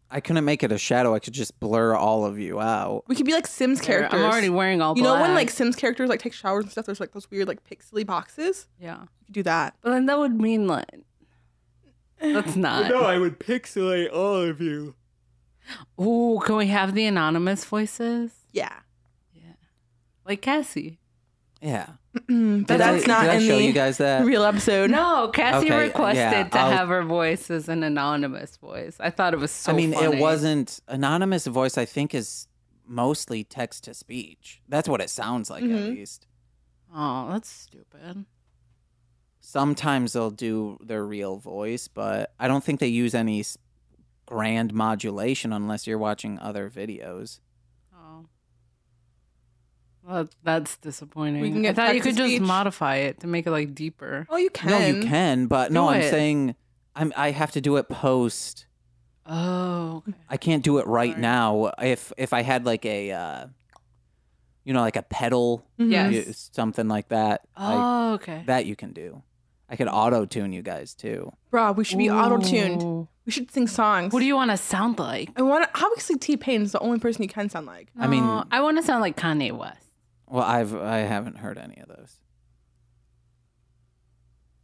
S1: I couldn't make it a shadow. I could just blur all of you out.
S2: We could be like Sims characters.
S3: I'm already wearing all
S2: you
S3: black.
S2: know when like Sims characters like take showers and stuff. There's like those weird like pixely boxes.
S3: yeah,
S2: You could do that.
S3: but then that would mean like
S2: [laughs]
S3: that's not.
S1: I would pixelate all of you.
S3: Ooh, can we have the anonymous voices
S2: Yeah.
S3: like Cassie?
S1: Yeah.
S2: Mm, [clears throat] but
S1: Did I-
S2: that's not
S1: did I
S2: in
S1: show
S2: the
S1: you guys that?
S2: real episode.
S3: No, Cassie
S1: Okay,
S3: requested
S1: yeah,
S3: to
S1: I'll-
S3: have her voice as an anonymous voice. I thought it was so.
S1: I mean,
S3: funny.
S1: it wasn't anonymous voice. I think is mostly text to speech. That's what it sounds like at
S2: Mhm.
S1: least.
S3: Oh, that's stupid.
S1: Sometimes they'll do their real voice, but I don't think they use any s- grand modulation unless you're watching other videos.
S3: Oh, well, that's disappointing.
S2: We can
S3: I
S2: get
S3: thought you
S2: text to
S3: could just
S2: speech.
S3: modify it to make it like deeper.
S2: Oh, you can.
S1: No, you can, but no,
S3: Do
S1: I'm
S3: it.
S1: saying I'm I have to do it post.
S3: Oh, okay.
S1: I can't do it right
S3: Sorry.
S1: now. If if I had like a uh you know like a pedal
S2: Mhm.
S3: Yes.
S1: you- something like that, I-
S3: oh, okay.
S1: that you can do. I could auto tune you guys too.
S2: Bruh, we should be auto tuned.
S3: Ooh.
S2: We should sing songs.
S3: What do you want to sound like?
S2: I want to. Obviously, T Pain is the only person you can sound like.
S1: I mean-
S3: No, I want to sound like Kanye West.
S1: Well, I've I haven't heard any of those.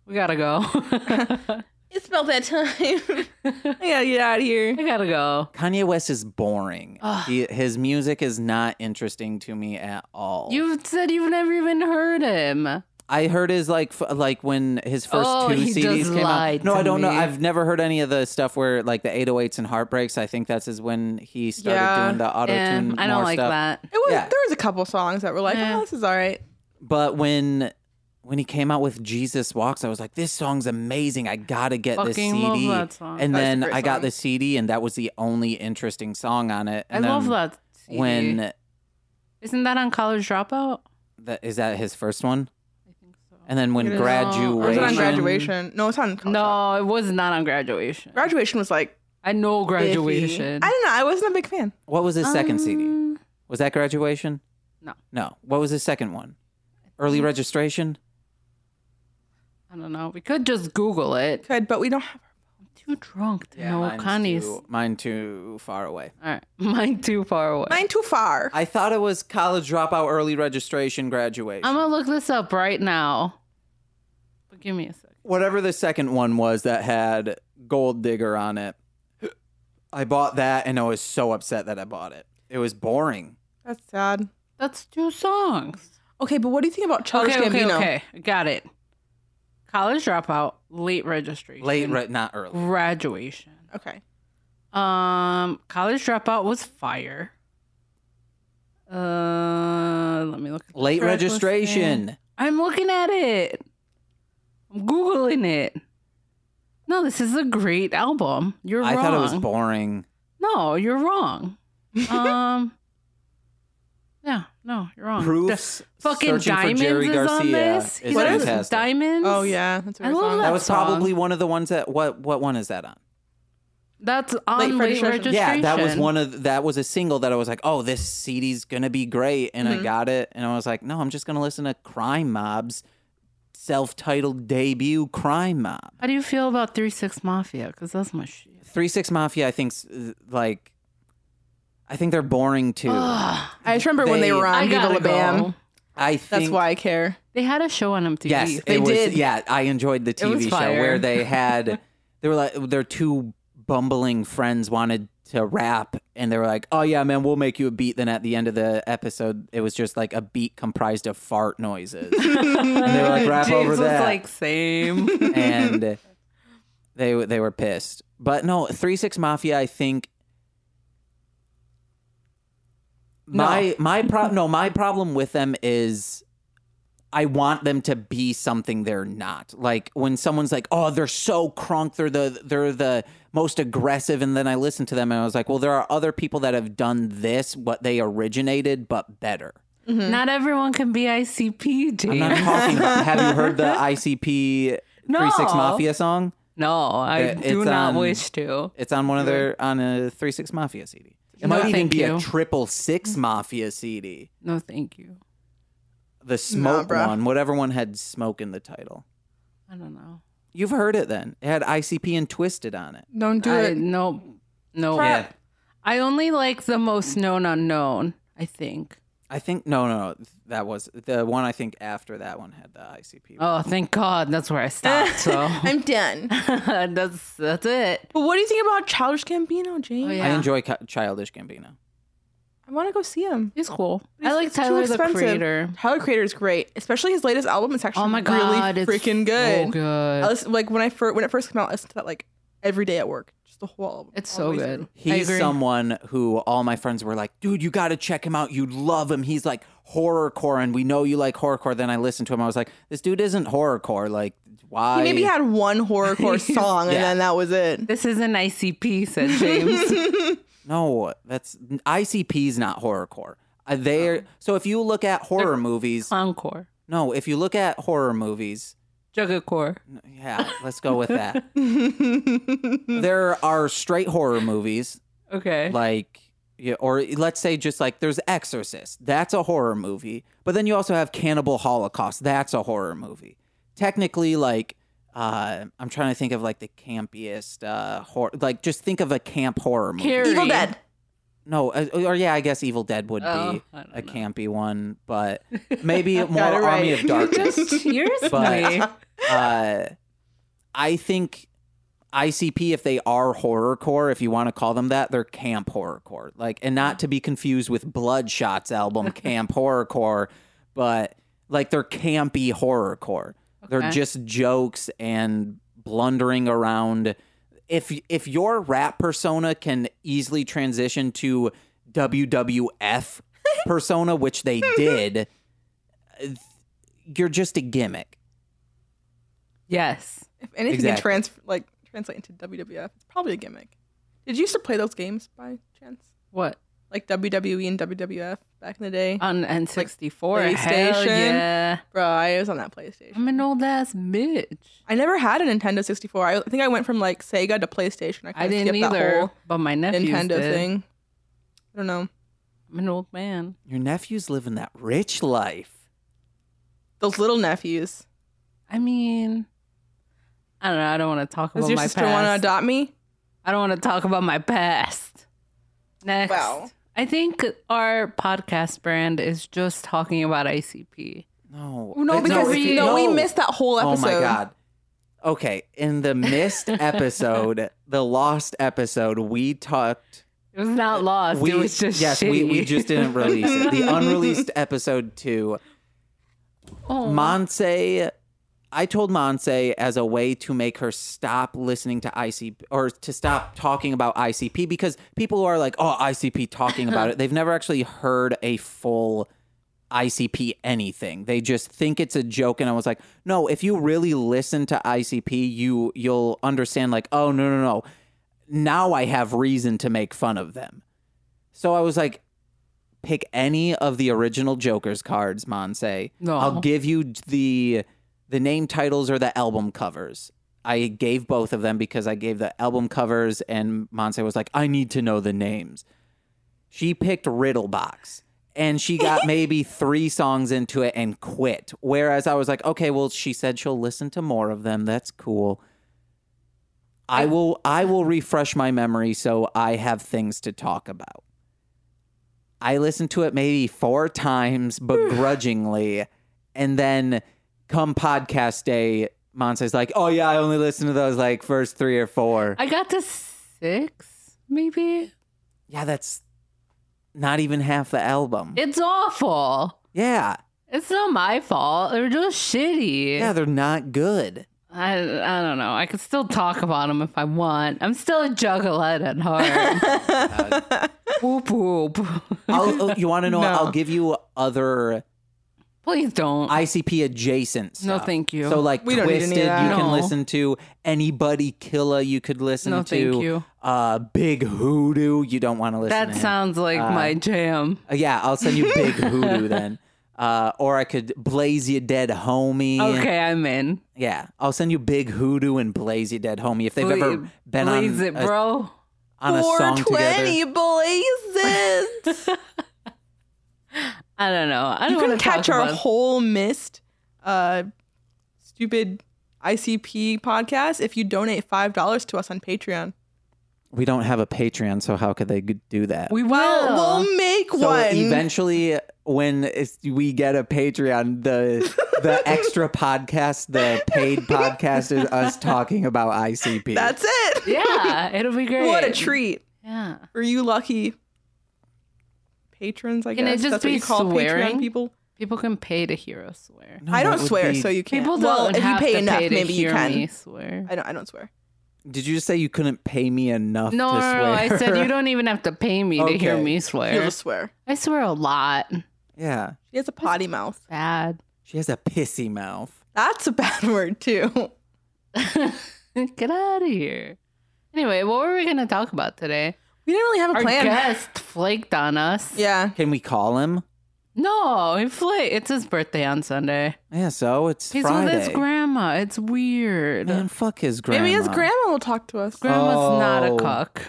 S3: We gotta go. [laughs]
S2: It's about that time. [laughs] I gotta get out of here.
S3: we gotta
S1: [laughs]
S3: go.
S1: Kanye West is boring.
S3: Ugh.
S1: He, his music is not interesting to me at all.
S3: You said you've never even heard him.
S1: I heard his like f- like when his first
S3: Oh,
S1: two
S3: he
S1: CDs
S3: just
S1: came
S3: lied
S1: out. No,
S3: to
S1: I don't know.
S3: me.
S1: I've never heard any of the stuff where like the 808s and heartbreaks. I think that's is when he started
S2: Yeah.
S1: doing the auto
S3: Eh,
S1: tune.
S3: I don't like that.
S2: It was
S1: Yeah.
S2: there was a couple songs that were like,
S3: Yeah.
S2: oh, this is all right.
S1: But when when he came out with Jesus Walks, I was like, this song's amazing. I gotta get this
S3: Fucking
S1: CD.
S3: love that song.
S1: And
S2: That's a
S1: then
S2: great
S1: I got
S2: song.
S1: the CD, and that was the only interesting song on it.
S3: I
S1: And
S3: love
S1: then
S3: that. CD.
S1: When
S3: isn't that on College Dropout?
S1: that is that his first one?
S3: I think so.
S1: And then when
S2: It is.
S1: graduation,
S3: No,
S2: Or is it on graduation? No, it's on college.
S3: No, it was not on graduation.
S2: graduation was like
S3: I know graduation.
S2: iffy. I don't know. I wasn't a big fan.
S1: what was his second CD?
S3: Um,
S1: Was that graduation?
S3: No.
S1: No. Mm. What was the second one? Early registration?
S3: I don't know. We could just Google it.
S2: Could, but we don't have.
S3: I'm too drunk to know Kanye's.
S1: too, mine too far away.
S3: All right, [laughs] mine too far away.
S2: Mine too far.
S1: I thought it was college dropout, early registration, graduation.
S3: I'm gonna look this up right now. But give me a sec.
S1: Whatever the second one was that had Gold Digger on it, I bought that and I was so upset that I bought it. It was boring.
S2: That's sad.
S3: That's two songs.
S2: Okay, but what do you think about
S1: Oh,
S2: Childish
S3: okay, okay,
S2: Gambino?
S3: okay. Got it. College dropout, late registration,
S1: Late, re- not
S3: Mm.
S1: early.
S3: graduation.
S2: Okay.
S3: Um, college dropout was fire. Uh, let me look. at the
S1: Late
S3: track listing.
S1: registration.
S3: I'm looking at it. I'm googling it. No, this is a great album. You're
S1: I
S3: wrong.
S1: thought it was boring.
S3: No, you're wrong. Um. [laughs] yeah, no, you're wrong.
S1: Proofs.
S3: The fucking
S1: Searching for
S3: diamonds
S1: Jerry
S3: is on
S1: Garcia
S3: this.
S1: is
S3: He's on
S2: fantastic.
S3: his diamonds.
S2: Oh yeah, that's a
S3: I
S2: weird
S3: love
S2: song.
S1: That was
S3: song.
S1: probably one of the ones that what what one is that on?
S3: that's on
S2: Late
S3: late,
S2: registration.
S3: registration.
S1: Yeah, that was one of that was a single that I was like, oh, this CD's gonna be great, and I
S3: Mm-hmm.
S2: Mhm.
S1: got it, and I was like, no, I'm just gonna listen to Crime Mob's self-titled debut, Crime Mob.
S3: How do you feel about Three Six Mafia? Because that's my shit.
S1: Three Six Mafia, I think's uh, like, I think they're boring too.
S3: Ugh,
S2: I just remember when they
S1: They-
S2: were
S3: I
S2: on Viva La
S3: gotta
S2: Bam.
S3: go.
S1: I think
S2: That's why I care.
S3: They had a show on MTV.
S1: Yes,
S2: They
S1: it was,
S2: did.
S1: Yeah, I enjoyed the
S3: was
S1: TV show
S3: fire.
S1: where
S3: [laughs]
S1: they had they were like their two bumbling friends wanted to rap and they were like, "Oh yeah, man, we'll make you a beat." Then at the end of the episode, it was just like a beat comprised of fart
S3: [laughs]
S1: noises, and they were like, "Rap
S3: James
S1: over
S3: was
S1: that,"
S3: like same.
S1: and they they were pissed. But no, Three Six Mafia, I think. My my problem no my problem with them is I want them to be something they're not. Like when someone's like, "Oh, they're so crunk, they're the they're the most aggressive," and then I listen to them and I was like, "Well, there are other people that have done this, what they originated, but better."
S3: Not everyone can be ICP, James.
S1: I'm not talking. about, have you heard the ICP Three Six
S3: No.
S1: Mafia song?
S3: no, I
S1: Uh,
S3: do
S1: it's,
S3: not
S1: um,
S3: wish to.
S1: It's on one of their on a Three Six Mafia CD. It
S3: No,
S1: might even
S3: thank
S1: be a
S3: you. Mm.
S1: triple six Mafia CD.
S3: No, thank you.
S1: The smoke
S2: bruh.
S1: one, whatever one had smoke in the title.
S3: I don't know.
S1: You've heard it then. It had ICP and Twisted on it.
S2: Don't do
S3: I, [laughs]
S2: it.
S3: No, no.
S1: Yeah.
S3: I only like the most known unknown. I think.
S1: I think no, no, no. That was the one. I think after that one had the ICP.
S3: Oh, thank God, that's where I stopped. [laughs] So
S2: I'm done.
S3: that's that's it.
S2: But what do you think about Childish Gambino, James?
S3: Oh, yeah.
S1: I enjoy Ki- Childish Gambino.
S2: I want to go see him.
S3: He's cool.
S2: He's
S3: I like
S2: just too
S3: Tyler the
S2: expensive.
S3: Creator.
S2: Tyler Creator is great, especially his latest album. It's actually
S3: Oh my god,
S2: really
S3: it's
S2: freaking
S3: So
S2: good.
S3: good.
S2: I listen, like when I first when it first came out, I listened to that like every day at work, just the whole album.
S3: It's
S2: all the
S3: so
S2: way
S3: good.
S2: through.
S3: I
S1: He's
S3: agree.
S1: someone who all my friends were like, dude, you got to check him out. You'd love him. He's like horrorcore, and we know you like horrorcore. Then I listened to him. I was like, this dude isn't horrorcore. Like, why?
S2: He maybe had one
S3: [laughs]
S2: horrorcore song,
S1: Yeah.
S2: and then that was it.
S3: This is an ICP, said
S2: [laughs]
S3: James.
S1: no, that's ICP's not horrorcore. Uh, They're
S3: Oh.
S1: so if you look at horror movies,
S3: Clowncore.
S1: no, if you look at horror movies,
S3: Juggacore.
S1: yeah, let's go with
S3: [laughs]
S1: that. there are straight horror movies
S3: Okay.
S1: like yeah, or let's say just like there's Exorcist. That's a horror movie. But then you also have Cannibal Holocaust. That's a horror movie. Technically like uh I'm trying to think of like the campiest uh horror like just think of a camp horror movie.
S3: Carrie.
S2: Evil Dead.
S1: no, uh, or yeah, I guess Evil Dead would
S3: Oh,
S1: be
S3: I don't
S1: a
S3: know.
S1: campy one, but
S3: [laughs]
S2: [laughs]
S1: maybe more
S2: Got it
S1: Army
S2: right.
S1: of Darkness.
S2: [laughs]
S3: Just cheers
S1: But-
S3: me.
S1: uh, I think ICP, if they are horrorcore, if you want to call them that, they're camp horrorcore. Like, and not to be confused with Bloodshot's album, Camp Horrorcore, but like they're campy horrorcore. They're
S3: Okay.
S1: just jokes and blundering around. If if your rap persona can easily transition to WWF persona, which they did, uh, you're just a gimmick.
S3: Yes.
S2: If anything
S1: Exactly.
S2: can trans like translate into WWF, it's probably a gimmick. Did you used to play those games by chance?
S3: What?
S2: Like WWE and WWF back in the day?
S3: On N64. Hell
S2: PlayStation?
S3: yeah.
S2: Bro, I was on that PlayStation.
S3: I'm an old ass bitch.
S2: I never had a Nintendo 64. I think I went from like Sega to PlayStation. I, kinda
S3: I didn't
S2: skipped that
S3: either,
S2: whole
S3: but my nephews
S2: Nintendo
S3: did.
S2: thing. I don't know.
S3: I'm an old man.
S1: Your nephew's living that rich life.
S2: Those little nephews.
S3: I mean, I don't know. I don't want to talk
S2: Does
S3: about
S2: your
S3: my
S2: sister want to
S3: past.
S2: adopt me?
S3: I don't want to talk about my past. Next.
S2: Wow.
S3: I think our podcast brand is just talking about ICP.
S1: No.
S2: No,
S1: It's
S2: because
S1: if you-
S2: no, we missed that whole
S1: Oh
S2: episode.
S1: my god. Okay, in the
S2: [laughs]
S1: missed episode, the lost episode, we talked.
S3: It was not lost.
S1: Uh, We
S3: it was just
S1: yes, we, we
S3: shitty.
S1: just didn't release it.
S2: [laughs]
S1: The unreleased episode two.
S3: [laughs] Oh.
S1: Monse, I told Monse as a way to make her stop listening to ICP or to stop talking about ICP because people who are like, oh, ICP talking about it, they've never actually heard a full ICP anything. They just think it's a joke. And I was like, no, if you really listen to ICP, you you'll understand like, oh no, no, no. Now I have reason to make fun of them. So I was like, pick any of the original Joker's cards, Monse.
S3: No.
S1: I'll give you the the name titles or the album covers. I gave both of them because I gave the album covers and Monse was like, I need to know the names. She picked Riddle Box and she got maybe three songs into it and quit. Whereas I was like, okay, well, she said she'll listen to more of them. That's cool. I will I will refresh my memory so I have things to talk about. I listened to it maybe four times begrudgingly. And then come podcast day, Monse's like, oh yeah, I only listened to those like first three or four.
S3: I got to six, maybe.
S1: yeah, that's not even half the album.
S3: It's awful.
S1: yeah.
S3: It's not my fault. They're just shitty.
S1: Yeah, they're not good.
S3: I, I don't know. I could still talk about them if I want. I'm still a jugglehead at heart.
S1: [laughs]
S3: whoop whoop. [laughs]
S1: I'll, oh, you want to know?
S2: No.
S1: I'll give you other
S3: Please don't.
S1: ICP adjacent
S3: No,
S1: stuff.
S3: thank you.
S1: So like
S2: We don't need any of
S1: Twisted, you
S2: that.
S1: can
S3: No.
S1: listen to anybody killer. You could listen
S3: No,
S1: to
S3: thank you.
S1: Uh, Big Hoodoo. You don't want to listen. to
S3: that
S1: him.
S3: sounds like
S1: Uh,
S3: my jam.
S1: Uh, Yeah, I'll send
S3: [laughs]
S1: you Big Hoodoo then. Uh, or I could Blaze You Dead Homie.
S3: Okay, I'm in.
S1: Yeah, I'll send you Big Hoodoo and Blaze You Dead Homie if they've ever
S3: Please-
S1: been
S3: please
S1: on,
S3: it,
S1: a-
S2: [laughs]
S3: bro.
S1: on a song together.
S3: [laughs]
S2: 420 blazes.
S3: I don't know. I
S2: you
S3: don't
S2: couldn't
S3: want to
S2: catch
S3: talk
S2: our
S3: about-
S2: whole missed uh, stupid ICP podcast if you donate five dollars to us on Patreon.
S1: We don't have a Patreon, so how could they g- do that?
S3: We will.
S2: Well, we'll make
S1: So
S2: one.
S1: eventually, when it's- we get a Patreon, the
S2: [laughs]
S1: the extra podcast, the paid podcast, is us talking about ICP.
S2: That's it. [laughs]
S3: yeah, it'll be great.
S2: What a treat
S3: Yeah.
S2: for you lucky patrons. I
S3: Can it
S2: guess
S3: just
S2: that's what
S3: be
S2: you call
S3: swearing?
S2: Patreon people.
S3: People can pay to hear us swear.
S1: No,
S2: I
S1: that
S2: don't
S1: would
S2: swear,
S1: be-
S2: so you can't.
S3: People don't
S2: well, if you
S3: have
S2: pay
S3: to
S2: enough,
S3: pay to
S2: maybe you
S3: hear
S2: can.
S3: me swear.
S2: I don't. I don't swear.
S1: Did you just say you couldn't pay me enough
S3: No,
S1: to
S3: no,
S1: swear?
S3: no, I said you
S2: [laughs]
S3: don't even have to pay me to hear
S1: Okay.
S3: me
S2: You'll
S3: swear.
S2: just swear.
S3: I swear a lot.
S1: [laughs] Yeah.
S2: He has a potty mouth.
S3: Bad. [laughs]
S1: She has a pissy mouth.
S2: That's a bad word too.
S3: Get out of here. Anyway, what were we going to talk about today?
S2: We didn't really have a
S3: Our
S2: plan.
S3: guest flaked on us.
S2: Yeah.
S1: Can we call him?
S3: No, he flaked. It's his birthday on Sunday.
S1: Yeah, so it's
S3: He's
S1: Friday.
S3: with his grandma. It's weird.
S1: Man, fuck his grandma.
S2: Maybe his grandma will talk to us.
S3: Grandma's not a
S1: Oh.
S3: cuck.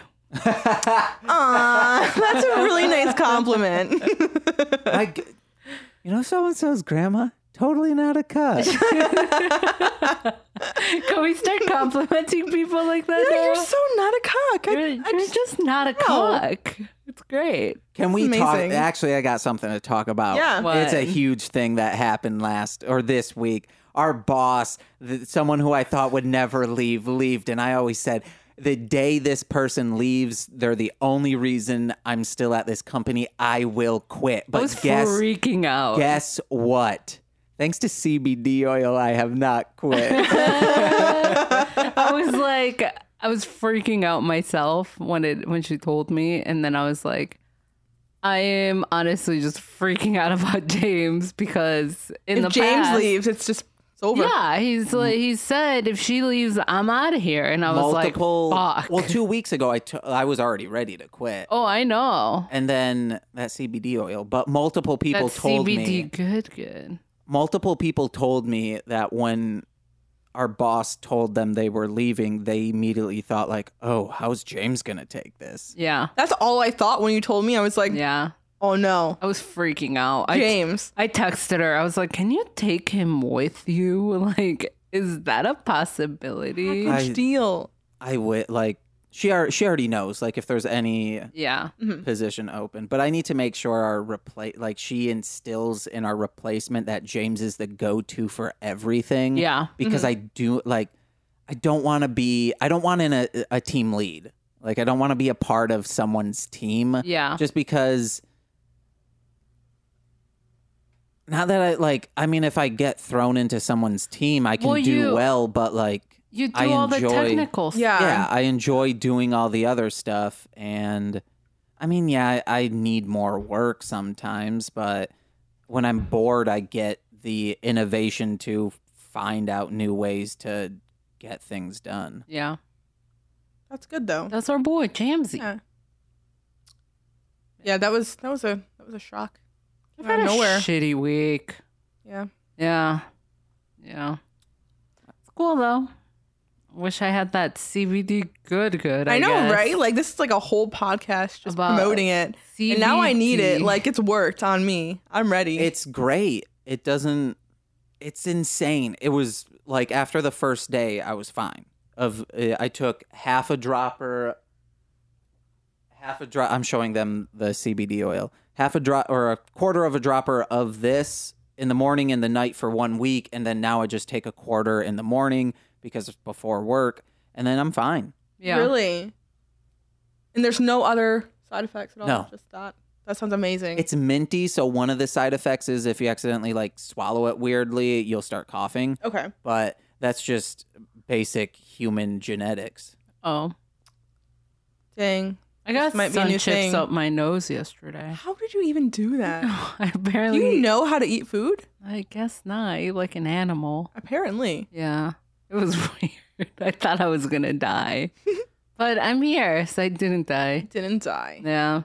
S3: [laughs]
S1: [laughs]
S2: Aw, [laughs] that's a
S3: [laughs]
S2: really nice compliment.
S1: I g- you know, so and so's grandma totally not a cut.
S3: Can
S1: [laughs]
S3: we start complimenting people like that?
S2: Yeah, you're
S3: now?
S2: so not a cock. I,
S3: You're-
S2: I
S3: you're
S2: just,
S3: just not a cuck. It's great.
S1: Can we talk?
S2: amazing.
S1: Actually, I got something to talk about.
S2: Yeah.
S3: What?
S1: it's a huge thing that happened last or this week. Our boss, th- someone who I thought would never leave, leaved, and I always said, the day this person leaves, they're the only reason I'm still at this company. I will quit.
S3: I
S1: But
S3: was
S1: guess
S3: freaking out.
S1: guess what? Thanks to CBD oil, I have not
S3: [laughs]
S1: quit.
S3: I was like, I was freaking out myself when it when she told me, and then I was like, I am honestly just freaking out [laughs] about James because in the
S2: if James
S3: past,
S2: leaves, it's just it's over.
S3: yeah, he's like he said if she leaves, I'm out of here, and I was
S1: Multiple.
S3: like, fuck.
S1: Well, two weeks ago, I t- I was already ready to quit.
S3: [laughs] oh, I know.
S1: and then that CBD oil. But multiple people
S3: That's
S1: told
S3: CBD
S1: me,
S3: good, good.
S1: multiple people told me that when our boss told them they were leaving, they immediately thought like, "Oh, how's James gonna take this?"
S3: Yeah,
S2: That's all I thought when you told me. I was like,
S3: yeah.
S2: oh no,
S3: I was freaking out. I
S2: James.
S3: I texted her. I was like, "Can you take him with you? [laughs] Like, is that a possibility?"
S1: I-
S2: Package deal.
S1: I would like she ar- she already knows like if there's any
S3: yeah.
S1: position open, but I need to make sure our replace like she instills in our replacement that James is the go to for everything.
S3: Yeah.
S1: because I do like I don't want to be I don't want in a, a team lead. Like I don't want to be a part of someone's team
S3: Yeah.
S1: just because not that I like I mean if I get thrown into someone's team I can
S3: Well,
S1: do
S3: you-
S1: well but like
S3: you do
S1: I
S3: all the
S1: enjoy-
S3: technical stuff.
S2: Yeah.
S1: yeah I enjoy doing all the other stuff and I mean yeah I, I need more work sometimes but when I'm bored I get the innovation to find out new ways to get things done.
S3: Yeah.
S2: That's good though.
S3: That's our boy, Jamsy.
S2: Yeah. Yeah, that was that was a that was a shock.
S3: I've
S2: Out
S3: had
S2: of
S3: a
S2: nowhere.
S3: shitty week.
S2: yeah.
S3: Yeah. Yeah. It's cool though. Wish I had that CBD good good. I,
S2: I, know,
S3: guess.
S2: right? Like this is like a whole podcast just
S3: About
S2: promoting it. And now I need it.
S3: CBD.
S2: Like it's worked on me. I'm ready.
S1: It's great. It doesn't. It's insane. It was like after the first day, I was fine. Of uh, I took half a dropper, half a drop. I'm showing them the CBD oil. Half a drop or a quarter of a dropper of this in the morning and the night for one week, and then now I just take a quarter in the morning because it's before work, and then I'm fine.
S3: yeah.
S2: Really? And there's no other side effects at all.
S1: No.
S2: Just that. That sounds amazing.
S1: It's minty, so one of the side effects is if you accidentally like swallow it weirdly, you'll start coughing.
S2: okay.
S1: but that's just basic human genetics.
S3: Oh.
S2: Dang.
S3: I got
S2: might be a
S3: sun
S2: new
S3: chips
S2: thing.
S3: up my nose
S2: [sighs]
S3: yesterday. [laughs]
S2: How did you even do
S3: [sighs]
S2: that?
S3: I
S2: Do
S3: barely
S2: you know how to eat food?
S3: I guess not. I eat like an animal.
S2: Apparently.
S3: Yeah. It was [laughs] weird. I thought I was gonna
S2: [laughs]
S3: die. but I'm here, so I didn't die.
S2: Didn't die.
S3: Yeah.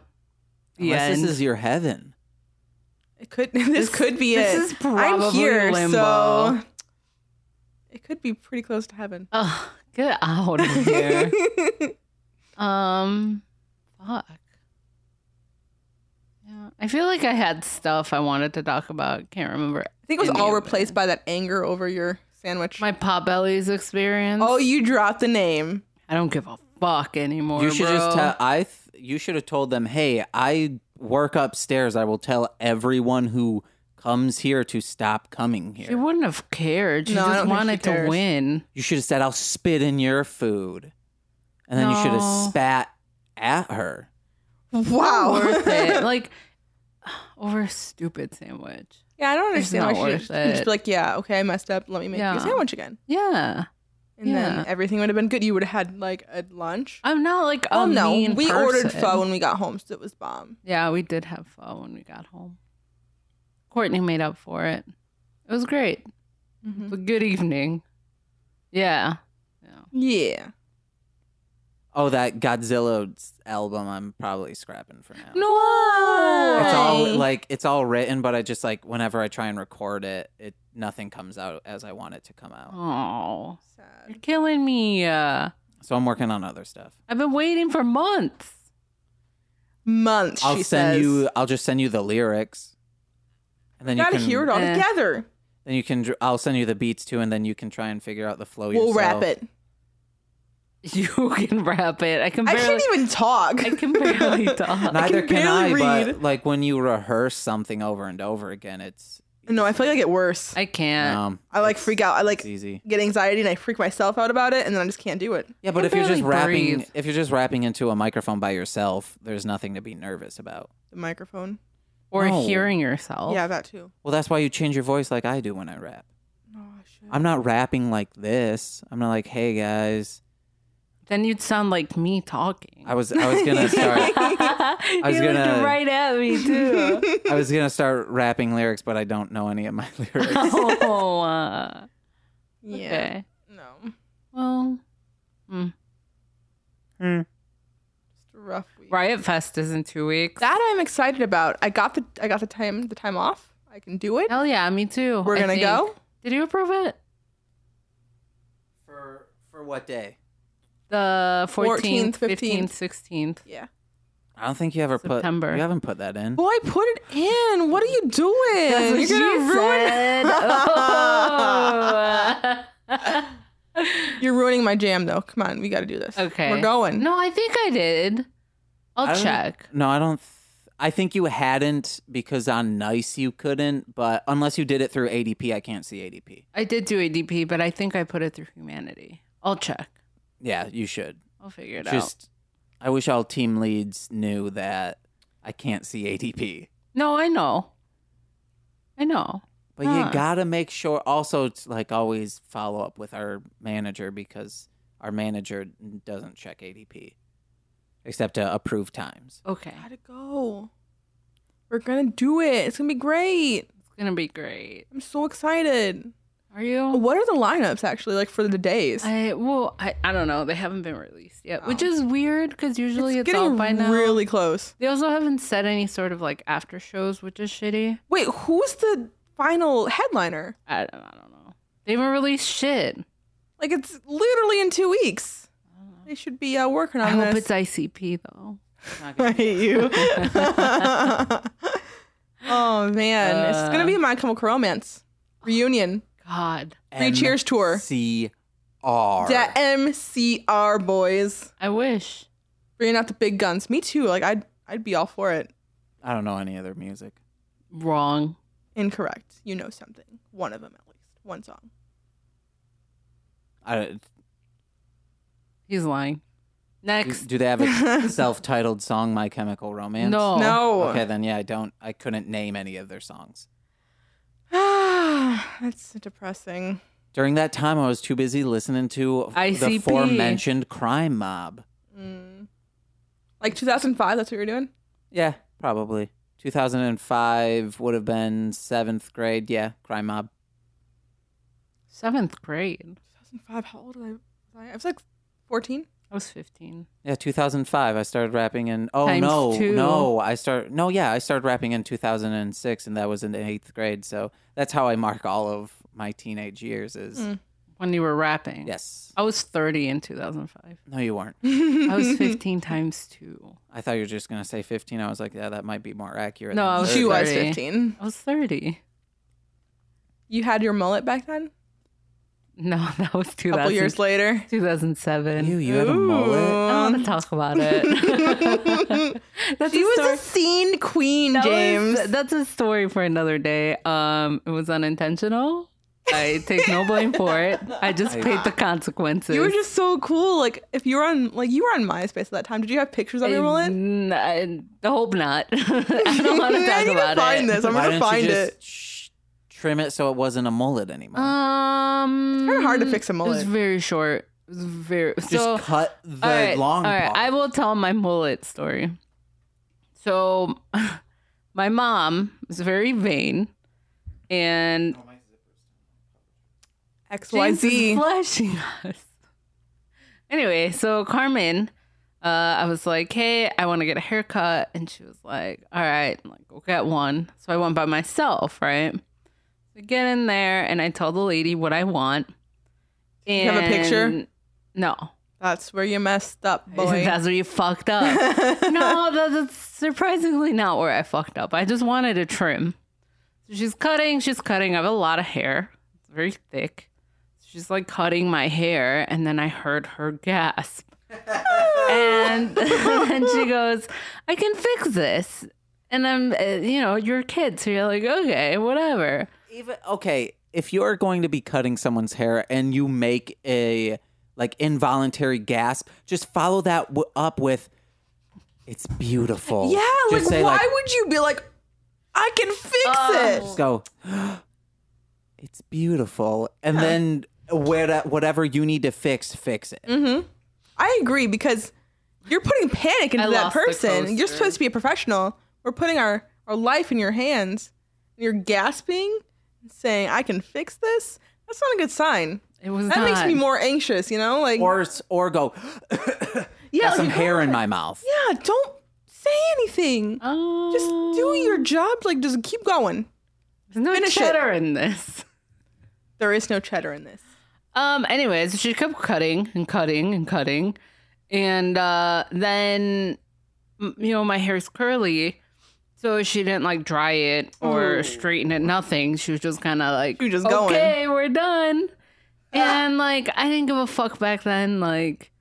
S3: The
S1: Unless
S3: end.
S1: this is your heaven.
S2: It could [laughs] this, could be
S3: this
S2: it.
S3: is probably
S2: I'm here,
S3: limbo.
S2: so it could be pretty close to heaven.
S3: Ugh, get out
S2: [laughs]
S3: of here. um, fuck. Yeah, I feel like I had stuff I wanted to talk about. Can't remember
S2: I think it was
S3: Any
S2: all
S3: of
S2: replaced
S3: it.
S2: by that anger over your sandwich.
S3: my pot bellies experience.
S2: oh, you dropped the name.
S3: I don't give a fuck anymore.
S1: you should just
S3: bro.
S1: tell. I. Th- you should have told them, "Hey, I work upstairs. I will tell everyone who comes here to stop coming
S3: She
S1: here."
S3: wouldn't have cared. She
S2: No, I
S3: just
S2: don't think she
S3: wanted to
S2: cares.
S3: win.
S1: you should have said, "I'll spit in your food," and then you should have
S3: No.
S1: spat at her.
S2: Wow. [laughs]
S3: Worth it. Like [sighs] over a stupid sandwich.
S2: Yeah, I don't understand why
S3: not
S2: she
S3: worth
S2: didn't- she didn't just
S3: it.
S2: be like, yeah, okay, I messed up. Let me make you
S3: Yeah.
S2: a sandwich again.
S3: Yeah.
S2: And
S3: Yeah.
S2: then everything would have been good. You would have had like a lunch.
S3: I'm not like a
S2: Oh no,
S3: mean
S2: we ordered
S3: person.
S2: pho when we got home, so it was bomb.
S3: Yeah, we did have pho when we got home. Courtney made up for it. It was great. It
S2: Mm-hmm.
S3: was a good evening. Yeah.
S2: Yeah,
S1: Oh, that Godzilla album. I'm probably scrapping for now.
S3: No.
S1: It's all
S2: Hey.
S1: like it's all written, but I just like whenever I try and record it, it nothing comes out as I want it to come out.
S3: Oh, you're
S2: sad.
S3: killing me. Uh,
S1: So I'm working on other stuff.
S3: I've been waiting for months. [laughs]
S2: Months.
S1: I'll
S2: she
S1: send
S2: says.
S1: you. I'll just send you the lyrics, and then you
S2: Gotta
S1: can
S2: hear it all
S3: Eh.
S2: together.
S1: Then you can. dr- I'll send you the beats too, and then you can try and figure out the flow.
S2: We'll
S1: yourself.
S2: wrap it.
S3: You can wrap it. I can
S2: I
S3: barely.
S2: can't even talk.
S3: I can
S2: [laughs]
S3: barely talk.
S1: Neither
S2: can
S1: can, I.
S2: barely
S1: But
S2: read.
S1: like when you rehearse something over and over again, it's
S2: no, I feel like I get worse. I,
S3: I can't.
S1: um,
S2: like
S1: it's-
S2: freak out. I like
S1: It's easy.
S2: get anxiety and I freak myself out about it, and then I just can't do it.
S1: Yeah, but
S3: can
S1: if you're just
S3: barely
S1: rapping,
S3: breathe.
S1: if you're just rapping into a microphone by yourself, there's nothing to be nervous about.
S2: The microphone.
S3: or
S1: No.
S3: hearing yourself.
S2: Yeah, that too.
S1: Well, that's why you change your voice like I do when I rap.
S2: Oh, shit.
S1: I'm not rapping like this. I'm not like, "Hey guys,
S3: Then you'd sound like me talking.
S1: I was I was
S2: [laughs]
S1: gonna
S3: [laughs]
S1: start
S3: I
S1: was
S3: you looked
S1: gonna-
S3: right at me too.
S1: I was gonna start rapping lyrics, but I don't know any of my [laughs] lyrics."
S3: [laughs] oh, uh,
S2: [laughs] yeah.
S3: okay.
S2: No.
S3: Well, mm, Hmm.
S2: Just a rough week.
S3: Riot Fest is in two weeks.
S2: That I'm excited about. I got the I got the time the time off. I can do it.
S3: Hell yeah, me too.
S2: We're
S3: Oh, I
S2: gonna
S3: think.
S2: go.
S3: Did you approve it?
S1: For for what day?
S3: The 14th,
S2: 14th,
S3: 15th, 16th.
S2: Yeah.
S1: I don't think you ever
S3: September.
S1: put. You haven't put that in.
S2: Boy, put it in. What are you doing?
S3: That's what she said. Oh.
S2: [laughs]
S3: [laughs]
S2: You're ruining my jam though. Come on, we got to do this.
S3: okay.
S2: We're going.
S3: No, I think I did. I'll
S1: I don't-
S3: check.
S1: No, I don't. Th- I think you hadn't because on Nice you couldn't, but unless you did it through ADP, I can't see ADP.
S3: I did do ADP, but I think I put it through humanity. I'll check.
S1: Yeah, you should.
S3: I'll figure it out.
S1: Just, I wish all team leads knew that I can't see ADP.
S3: No, I know. I know.
S1: But
S3: Huh.
S1: you gotta make sure also to like always follow up with our manager because our manager doesn't check ADP except to approve times.
S3: Okay.
S2: Gotta go. We're gonna do it. It's gonna be great.
S3: It's going to be great.
S2: I'm so excited.
S3: Are you?
S2: Oh, What are the lineups actually like for the days?
S3: I well, I, I don't know. They haven't been released yet, which
S2: Oh.
S3: is weird because usually it's,
S2: getting
S3: out by now.
S2: really close.
S3: They also haven't said any sort of like after shows, which is shitty.
S2: Wait, who's the final headliner?
S3: I don't, I don't know. They haven't released shit.
S2: Like it's literally in two weeks. They should be uh, working
S3: I
S2: on
S3: hope
S2: [laughs] this.
S3: it's ICP though.
S2: I hate you. [laughs] oh man, it's gonna
S3: Uh.
S2: be my Chemical Romance reunion.
S3: God,
S2: Free Cheers tour.
S1: C R.
S2: Da- MCR boys,
S3: I wish.
S2: bringing out the big guns. Me too. Like I'd, I'd be all for it.
S1: I don't know any other music.
S3: Wrong.
S2: Incorrect. You know something. One of them at least. One song.
S1: I,
S3: He's lying.
S1: do,
S3: Next.
S1: do they have
S2: [laughs]
S1: a self-titled song, My Chemical Romance?
S3: No.
S2: No.
S1: Okay, then yeah, I don't. I couldn't name any of their songs.
S2: [sighs] That's depressing.
S1: During that time, I was too busy listening to the
S3: ICP.
S1: aforementioned Crime Mob.
S2: Mm. Like 2005. That's what you're doing.
S1: Yeah, probably. 2005 would have been seventh grade. Yeah, Crime Mob.
S3: Seventh grade.
S2: 2005. How old was I? Was I, I was like 14.
S3: I was fifteen.
S1: Yeah, 2005. I started rapping in. Oh
S3: Times
S1: no,
S3: two.
S1: no, I start. No, yeah, I started rapping in 2006, and that was in the eighth grade. So that's how I mark all of my teenage years. Is
S3: Hmm.
S2: Mm.
S3: When you were rapping.
S1: yes.
S3: I was thirty in two thousand five.
S1: No, you weren't.
S3: I
S2: [laughs]
S3: was fifteen times two.
S1: I thought you were just gonna say 15. I was like, yeah, that might be more accurate.
S3: No,
S1: than
S3: I was
S2: She was
S3: 30.
S2: 15.
S3: I was thirty.
S2: You had your mullet back then.
S3: No, [laughs] that was two
S2: A couple
S3: thousand.
S2: years later.
S3: Two thousand seven.
S1: You, you had a mullet.
S3: I don't want to talk about it.
S2: [laughs]
S3: [laughs] That's
S2: she
S3: a
S2: was
S3: story.
S2: Oh, a scene queen,
S3: That was-
S2: James.
S3: that's a story for another day. Um, it was unintentional. I take no blame for it. I just
S1: I-
S3: paid the consequences.
S2: You were just so cool. Like if you were on like you were on MySpace at that time. Did you have pictures of
S3: I,
S2: your wallet?
S3: n- I hope not. [laughs] I don't want to
S2: [laughs] I
S3: talk
S2: need
S3: about
S2: to find
S3: it.
S2: this. I'm
S1: Why
S2: gonna
S1: didn't
S2: find
S1: you just
S2: it.
S1: sh- trim it so it wasn't a mullet anymore?
S3: Uh, Um,
S2: Kind of hard to fix a
S3: It was
S2: mullet.
S3: very short. It was very
S1: just
S3: so.
S1: cut the
S3: all right,
S1: long
S3: all right.
S1: part.
S3: I will tell my mullet story. So, [laughs] my mom is very vain, and
S2: X Y
S3: James is
S2: Z.
S3: flashing us. Anyway, so Carmen, uh, I was like, hey, I want to get a haircut. And she was like, all right, I'm like, go get one. So I went by myself, right? So I get in there and I tell the lady what I want.
S2: you have a picture?
S3: And- No.
S2: That's where you messed up, boy.
S3: That's where you fucked
S2: [laughs]
S3: up. no, that- that's surprisingly not where I fucked up. I just wanted a trim. So she's cutting, she's cutting. I have a lot of hair. It's very thick. She's like cutting my hair, and then I heard her
S2: [laughs]
S3: gasp. and [laughs] then she goes, I can fix this. And I'm, uh, you know, you're a kid, so you're like, okay, whatever.
S1: Even okay, if you're going to be cutting someone's hair and you make a like involuntary gasp, just follow that w- up with "It's beautiful."
S2: Yeah, like
S1: just say,
S2: why would you be like, I can fix
S1: [gasps]
S3: Oh.
S1: just go. It's beautiful, and then where whatever you need to fix, fix it.
S2: Mm.
S3: Mm-hmm.
S2: it? I agree because you're putting panic into
S3: I
S2: that
S3: lost the
S2: person. You're
S3: coaster.
S2: supposed to be a professional. We're putting our our life in your hands. And you're gasping, and saying, "I can fix this." That's not a good sign.
S3: It was
S2: That makes
S3: not-
S2: me more anxious. You know, like
S1: Or s- or go. [laughs]
S2: yeah,
S1: Got some
S2: like,
S1: hair in my mouth.
S2: yeah. Don't say anything.
S3: Oh,
S2: Just do your job. Like just keep going.
S3: There's no
S2: finish it.
S3: cheddar in this.
S2: There is no cheddar in this.
S3: Um. Anyways, she kept cutting and cutting and cutting, and uh, then m- you know my hair's curly, so she didn't like dry it or straighten it. Nothing. She was just kind of like,
S2: Oh. She was just going.
S3: okay, we're done. And like I didn't give a fuck back then. Like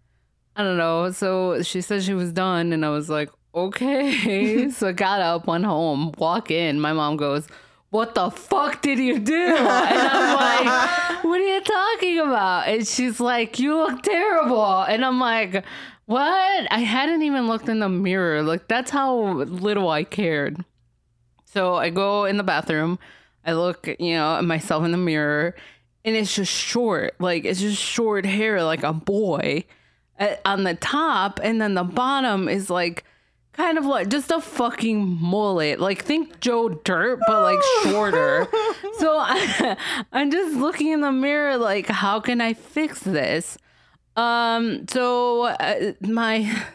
S3: I don't know. So she said she was done, and I was like, okay. [laughs] so I got up, went home, walk in. My mom goes, what the fuck did you do? And I'm like, what are you talking about? And she's like, you look terrible. And I'm like, what? I hadn't even looked in the mirror. Like, that's how little I cared. So I go in the bathroom, I look, you know, at myself in the mirror, and it's just short. Like, it's just short hair, like a boy uh, on the top, and then the bottom is like kind of like just a fucking mullet. Like think Joe Dirt, but like shorter. so [laughs] I, I'm just looking in the mirror, like how can I fix this? Um. So uh, my. [laughs]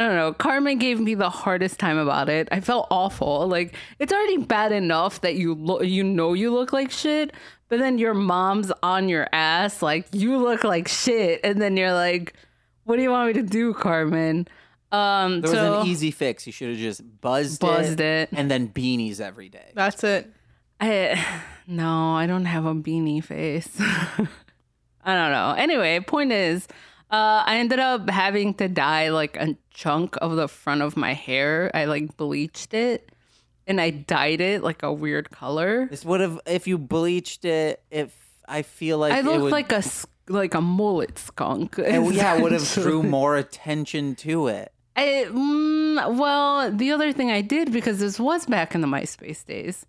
S3: I don't know. Carmen gave me the hardest time about it. I felt awful. Like it's already bad enough that you lo- you know you look like shit, but then your mom's on your ass like you look like shit and then you're like, "What do you want me to do, Carmen?" Um
S1: There was
S3: so
S1: an easy fix. You should have just buzzed,
S3: Buzzed it.
S1: and then beanies every day.
S2: That's it.
S3: I [sighs] no, I don't have a beanie face. [laughs] I don't know. Anyway, point is, uh, I ended up having to dye like a chunk of the front of my hair. I like bleached it, and I dyed it like a weird color.
S1: This would have if you bleached it. If I feel like
S3: I
S1: it
S3: looked
S1: would-
S3: like a s- like a mullet skunk.
S1: it, yeah,
S3: [laughs]
S1: it would have
S3: essentially.
S1: drew more attention to it.
S3: I, mm, well, the other thing I did because this was back in the MySpace days,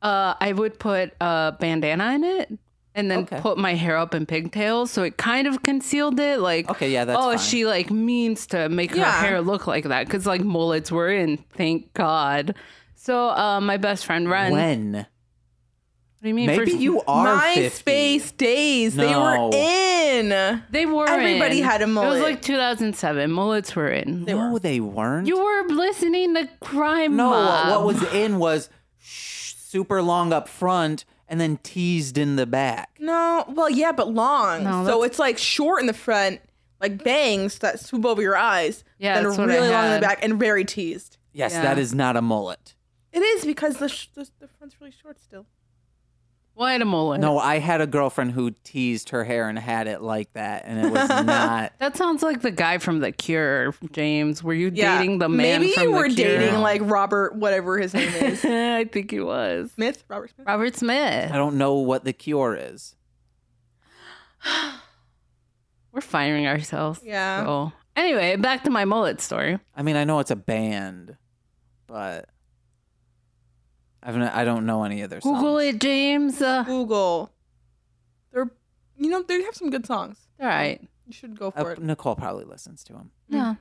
S3: uh, I would put a bandana in it and then
S1: Okay.
S3: put my hair up in pigtails, so it kind of concealed it. Like,
S1: Okay, yeah, that's
S3: oh,
S1: fine.
S3: she like means to make
S2: Yeah.
S3: her hair look like that because like mullets were in. Thank God. So uh, my best friend Ren.
S1: when
S3: What do you mean?
S1: maybe
S3: First- [laughs]
S1: you are 50.
S2: MySpace days. They
S1: No.
S2: were in.
S3: They were.
S2: Everybody
S3: in.
S2: had a
S3: It
S2: mullet.
S3: was like 2007. Mullets were in.
S1: no, they weren't.
S3: You were listening to crime.
S1: no,
S3: Mob.
S1: what was in was sh- super long up front and then teased in the back.
S2: No, well, yeah, but long.
S3: No,
S2: so
S3: that's-
S2: it's like short in the front, like bangs that swoop over your eyes.
S3: Yeah,
S2: then
S3: that's what I
S2: really long in the
S3: had.
S2: back and very teased.
S1: Yes,
S3: Yeah.
S1: that is not a mullet.
S2: It is because the sh- the, the front's really short still.
S3: Why a mullet?
S1: No, I had a girlfriend who teased her hair and had it like that, and it
S3: [laughs]
S1: was not.
S3: That sounds like the guy from The Cure, James. Were you dating the man
S2: Maybe
S3: from
S2: you
S3: The
S2: were
S3: Cure? [laughs]
S2: dating like Robert, whatever his name is.
S3: I think he was
S2: Smith? Robert Smith?
S3: Robert
S1: I
S3: Smith.
S1: don't know what the cure is.
S3: We're firing ourselves.
S2: Yeah.
S3: So anyway, back to my mullet story.
S1: I mean, I know it's a band, but I've n- I don't know any other.
S3: Google
S1: songs.
S3: it, James. Uh,
S2: Google. They're, you know, they have some good songs.
S3: all right.
S2: You should go for
S1: Uh,
S2: it.
S1: Nicole probably listens to him.
S2: Mm-hmm.
S3: Yeah.
S2: I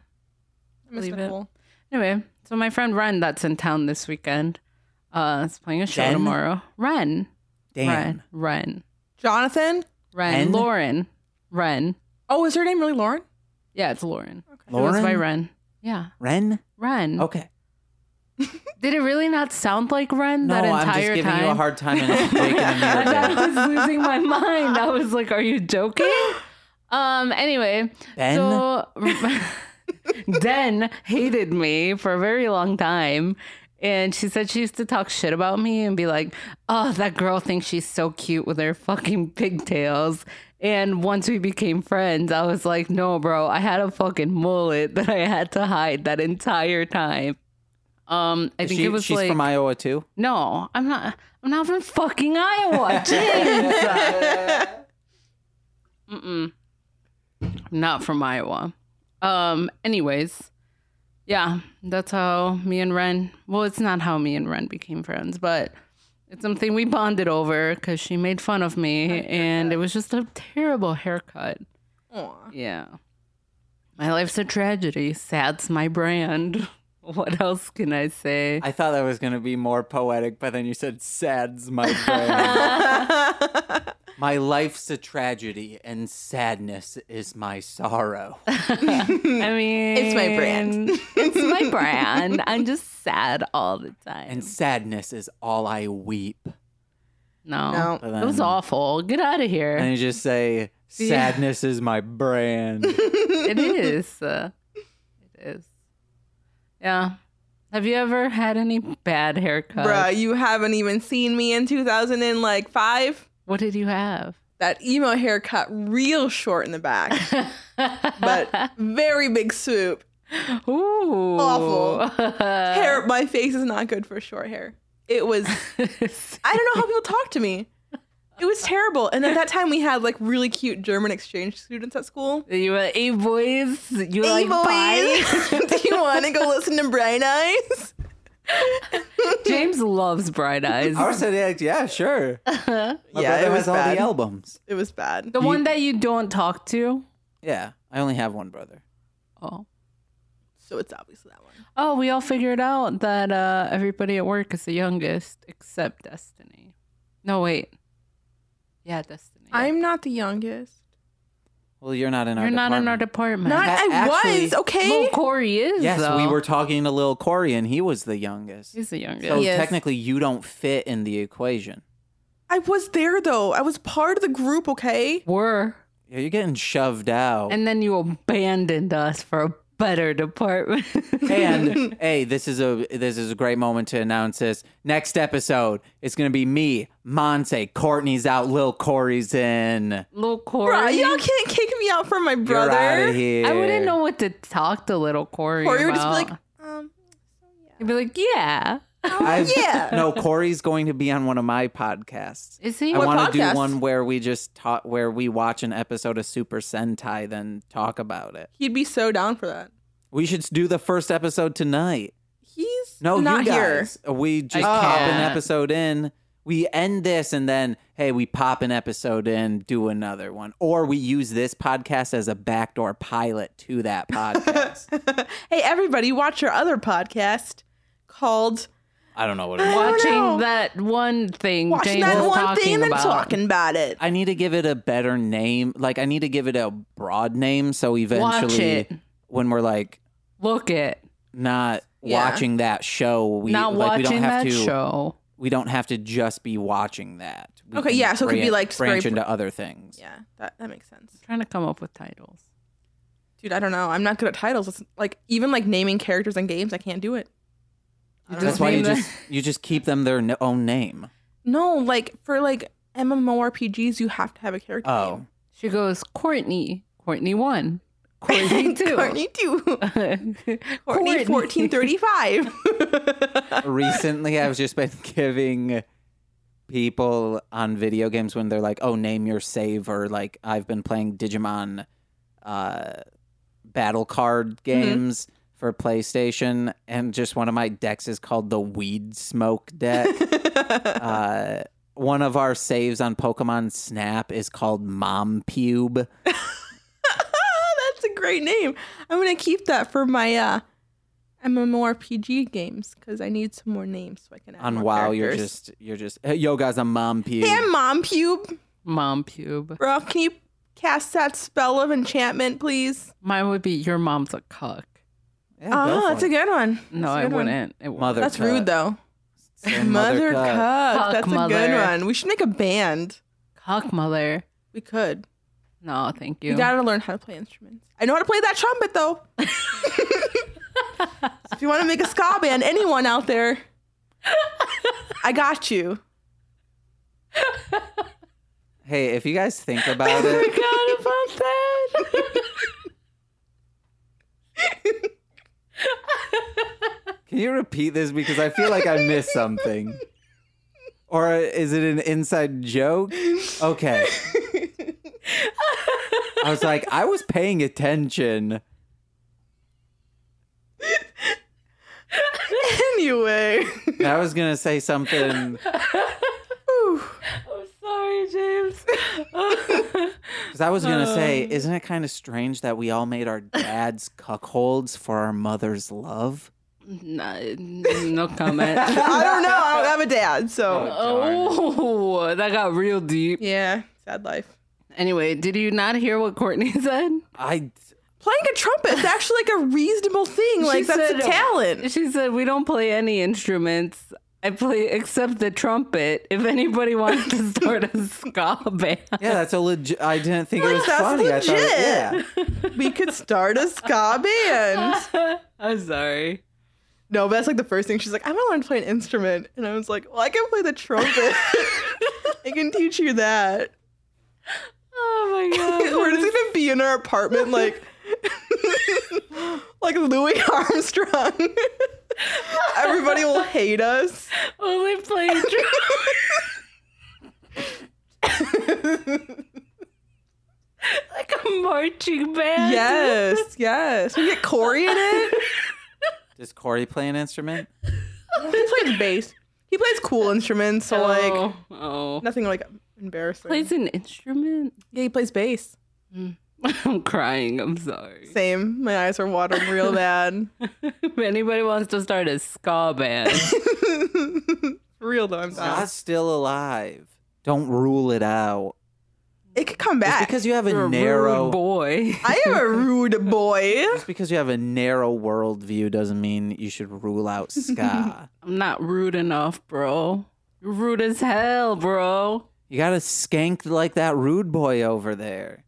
S2: miss
S3: believe it.
S2: Nicole.
S3: Anyway, so my friend Ren that's in town this weekend uh, is playing a show
S1: Jen?
S3: tomorrow. Ren.
S1: Dan.
S3: Ren. Ren.
S2: Jonathan?
S3: Ren.
S1: Ren?
S3: Lauren. Ren.
S2: Oh, is her name really Lauren?
S3: Yeah, it's Lauren. It
S1: Lauren. Oh,
S3: goes by Ren. Yeah.
S1: Ren.
S3: Ren.
S1: Okay.
S3: Did it really not sound like Ren
S1: No,
S3: that
S1: I'm just
S3: entire
S1: giving
S3: time?
S1: you a hard time and breaking
S3: I thought
S1: in
S3: [laughs] I was losing my mind. I was like, "Are
S1: [laughs]
S3: you joking?" Um. Anyway,
S1: Ben?
S3: so [laughs] Den hated me for a very long time, and she said she used to talk shit about me and be like, "Oh, that girl thinks she's so cute with her fucking pigtails." And once we became friends, I was like, "No, bro, I had a fucking mullet that I had to hide that entire time." Um, I think
S1: She-
S3: it was
S1: she's
S3: like
S1: from Iowa too.
S3: no, I'm not. I'm not from fucking Iowa. [laughs] James. Mm-mm. I'm not from Iowa. Um. Anyways, yeah, that's how me and Ren. Well, it's not how me and Ren became friends, but it's something we bonded over because she made fun of me, and it was just a terrible haircut.
S2: Aw. [laughs]
S3: Yeah. My life's a tragedy. Sad's my brand. [laughs] What else can I say?
S1: I thought that was going to be more poetic, but then you said sad's
S3: [laughs]
S1: my brand. my life's a tragedy and sadness is my sorrow.
S3: [laughs] I mean,
S2: It's my brand. [laughs]
S3: it's my brand. I'm just sad all the time. [laughs]
S1: And sadness is all I weep.
S3: no,
S2: No.
S1: But
S3: it was
S1: then-
S3: awful. Get out of
S1: And
S3: here.
S1: you just say, sadness is my
S3: [laughs]
S1: brand.
S3: it
S2: [laughs]
S3: is. Uh, it is. Yeah. Have you ever had any bad haircuts?
S2: Bruh, you haven't even seen me in 2000 and like five.
S3: What did you have?
S2: That emo haircut, real short in the back, [laughs] but very big swoop.
S3: [laughs] Ooh, [laughs]
S2: Awful. Hair, my face is not good for short hair. It was, I don't know how people talk to me. It was terrible. And at that time, we had like really cute German exchange students at school.
S3: you were a boys. You were
S2: Hey,
S3: like
S2: [laughs]
S3: [laughs] boys.
S2: boys, do you want to go listen to Bright Eyes?
S3: James loves bright eyes.
S1: I was like, yeah, sure. My
S3: Uh-huh.
S2: Yeah,
S1: brother
S2: it was
S1: has all
S2: bad.
S1: the albums.
S2: It was bad.
S3: the one that you don't talk to.
S1: Yeah, I only have one brother.
S3: Oh.
S2: So it's obviously that one.
S3: Oh, we all figured out that uh, everybody at work is the youngest except Destiny. No, wait. Yeah, Destiny.
S2: I'm not the youngest.
S1: Well, you're not in our
S3: You're not in our
S1: department.
S3: department.
S2: Not,
S1: That
S2: I
S1: actually-
S2: was, okay?
S3: Well, Corey is.
S1: Yes,
S3: though.
S1: we were talking to Lil Corey, and he was the youngest.
S3: He's the youngest.
S1: So
S2: He is.
S1: technically, you don't fit in the equation.
S2: I was there though. I was part of the group, okay?
S3: were.
S1: Yeah, you're getting shoved out.
S3: And [laughs] then you abandoned us for a better department. [laughs]
S1: And hey, this is a this is a great moment to announce this. Next episode, it's gonna be me, Monse, Courtney's out, Lil Corey's in.
S3: little Corey.
S2: Bruh, y'all can't kick me out for my
S1: You're out
S2: brother.
S1: of here.
S3: I wouldn't know what to talk to little Corey.
S2: Or you would
S3: about.
S2: just be like, um, oh,
S3: He'd be like, yeah.
S1: [laughs] I've-
S2: [laughs] yeah.
S1: [laughs] No, Corey's going to be on one of my podcasts.
S3: Is he?
S1: I want to
S2: podcast?
S1: do one where we just talk, where we watch an episode of Super Sentai, then talk about it.
S2: he'd be so down for that.
S1: We should do the first episode tonight.
S2: He's
S1: No,
S2: not
S1: you
S2: here.
S1: guys. We just
S3: I
S1: pop an
S3: can't.
S1: episode in. We end this and then, hey, we pop an episode in, do another one. Or we use this podcast as a backdoor pilot to
S3: [laughs]
S1: that podcast.
S2: Hey, everybody, watch our other podcast called
S1: I don't know what it is.
S2: don't know.
S3: Watching that one thing
S2: Watching
S3: James
S2: That
S3: was
S2: One
S3: talking
S2: Thing and then
S3: about.
S2: Talking About It.
S1: I need to give it a better name. Like, I need to give it a broad name. So
S3: Watch
S1: eventually,
S3: it.
S1: when we're like
S3: Look it.
S1: not
S2: Yeah.
S1: watching that show, we,
S3: Not
S1: like, we
S3: watching
S1: don't have
S3: that
S1: to.
S3: show.
S1: We don't have to just be watching that. We
S2: Okay,
S1: can
S2: yeah, so it could be,
S1: bran-
S2: like, scrape-
S1: branch into other things.
S2: Yeah, that, that makes sense.
S3: trying to come up with titles.
S2: Dude, I don't know. I'm not good at titles. It's like even like naming characters in games, I can't do it. I don't
S1: That's
S3: Just
S2: know.
S1: why you
S3: name the-
S1: just you just keep them their n- own name.
S2: No, like for like MMORPGs, you have to have a character
S1: Oh,
S3: She goes, Courtney, Courtney [laughs] one, Courtney
S2: name. [laughs]
S3: two, [laughs]
S2: Courtney two.
S3: Courtney,
S2: Courtney fourteen thirty
S1: [laughs]
S2: [laughs] five.
S1: recently I've just been [laughs] giving people on video games when they're like, "Oh, name your save," or like I've been playing Digimon uh, battle
S2: Mm-hmm.
S1: card games for PlayStation, and just one of my decks is called the Weed Smoke deck. uh, one of our saves on Pokemon Snap is called Mom Pube.
S2: That's a great name. I'm gonna keep that for my uh, MMORPG games because I need some more names so I can add
S1: On
S2: more
S1: WoW, you're
S2: characters.
S1: just you're just hey, yo guys, I'm Mom Pube.
S2: Hey, I'm Mom Pube.
S3: [laughs] mom pube.
S2: Bro, can you cast that spell of enchantment, please?
S3: Mine would be your mom's a cuck.
S1: Yeah, go
S2: Oh,
S1: for
S2: that's
S1: it.
S2: a good one.
S3: No,
S2: That's a
S3: I
S2: good one.
S3: wouldn't. It wouldn't.
S1: Mother
S2: That's
S1: cuck.
S2: rude though.
S1: Say
S2: [laughs] Mother
S1: cuck.
S2: cuck.
S3: Cuck
S2: That's a good
S3: mother.
S2: one. We should make a band.
S3: Cuck mother.
S2: We could.
S3: No, thank you.
S2: You gotta learn how to play instruments. I know how to play that trumpet though. [laughs] So if you want to make a ska band, anyone out there, I got
S3: [laughs]
S2: you.
S1: Hey, if you guys think about it,
S3: forgot about that.
S1: can you repeat this because I feel like I missed something. Or is it an inside joke?
S2: [laughs]
S1: Okay. I was like, I was paying attention.
S2: [laughs] Anyway,
S1: And I was gonna say something
S2: Ooh.
S3: I'm sorry,
S2: [laughs]
S3: James.
S1: because I was gonna say, isn't it kind of strange that we all made our dads cuckolds for our mother's love?
S3: no, no [laughs] comment.
S2: I don't know. I don't have a dad, so
S3: oh, that got real deep.
S2: yeah, sad life.
S3: Anyway, did you not hear what Courtney [laughs] said?
S1: I
S2: Playing a trumpet is actually like a reasonable thing. Like that's
S3: said- uh,
S2: a
S3: [laughs]
S2: talent.
S3: She said, We don't play any instruments. I play except the trumpet. If anybody wants to start a ska band,
S2: [laughs]
S1: yeah, that's a legit. I didn't think it was
S2: that's
S1: funny. I thought, yeah,
S2: legit. We could start a ska band.
S3: I'm sorry.
S2: No, but that's like the first thing. She's like, I want to learn to play an instrument. And I was like, well, I can play
S3: [laughs]
S2: the trumpet. I can teach you that.
S3: Oh my
S2: [laughs]
S3: god.
S2: We're just going to be in our apartment like [laughs] like Louis Armstrong. [laughs] Everybody will hate us.
S3: Only play trumpet. like a marching band.
S2: Yes, yes. We get Corey in it.
S1: does Corey play an instrument?
S2: He plays bass. He plays cool instruments, so like
S3: oh, oh.
S2: nothing like embarrassing.
S3: plays an instrument. [laughs]
S2: yeah, he plays bass.
S3: I'm crying. I'm sorry.
S2: Same. My eyes are watering
S3: [laughs]
S2: real bad.
S3: If anybody wants to start a ska
S2: [laughs]
S3: band,
S2: For [laughs] real though, I'm bad.
S1: God's still alive. Don't rule it out.
S2: It could come
S1: Just
S2: back.
S1: because you have
S3: you're
S1: a
S3: a rude
S1: narrow,
S3: boy.
S2: I am
S3: [laughs]
S2: a rude boy.
S1: just because you have a narrow worldview doesn't mean you should rule out ska.
S3: I'm not rude enough, bro. You're rude as hell, bro. [laughs]
S1: you gotta skank like that rude boy over there.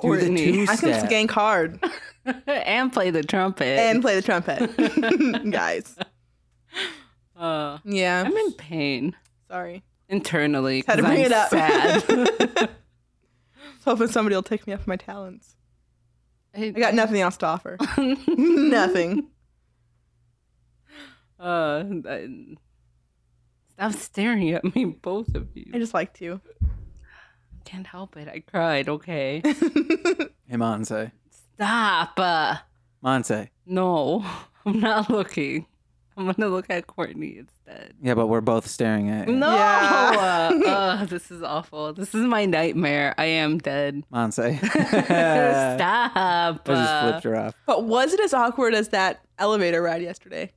S1: Do the
S3: Courtney.
S1: two
S2: I can
S1: step.
S3: [laughs]
S2: skank hard
S3: and play the trumpet.
S2: and play the trumpet, [laughs] guys.
S3: uh,
S2: Yeah,
S3: I'm in pain
S2: sorry.
S3: internally because
S2: Had to
S3: I'm
S2: bring it up. [laughs]
S3: sad. [laughs]
S2: Just Hoping somebody will take me up for my talents.
S3: I
S2: I got nothing else
S3: [laughs]
S2: to offer. [laughs] nothing.
S3: Uh, I- stop staring at me, both of you.
S2: I just liked you. [laughs]
S3: can't help it. I cried. Okay,
S1: Hey, Monse.
S3: stop. Uh,
S1: Monse.
S3: no, [laughs] I'm not looking. I'm gonna look at Courtney instead.
S1: Yeah, but we're both staring at
S3: No,
S2: Yeah. [laughs]
S3: uh, uh, this is awful. This is my nightmare. I am dead.
S2: [laughs]
S1: Monse. I just
S3: Stop.
S1: flipped
S3: uh,
S1: her off.
S2: But was it as awkward as that elevator ride yesterday?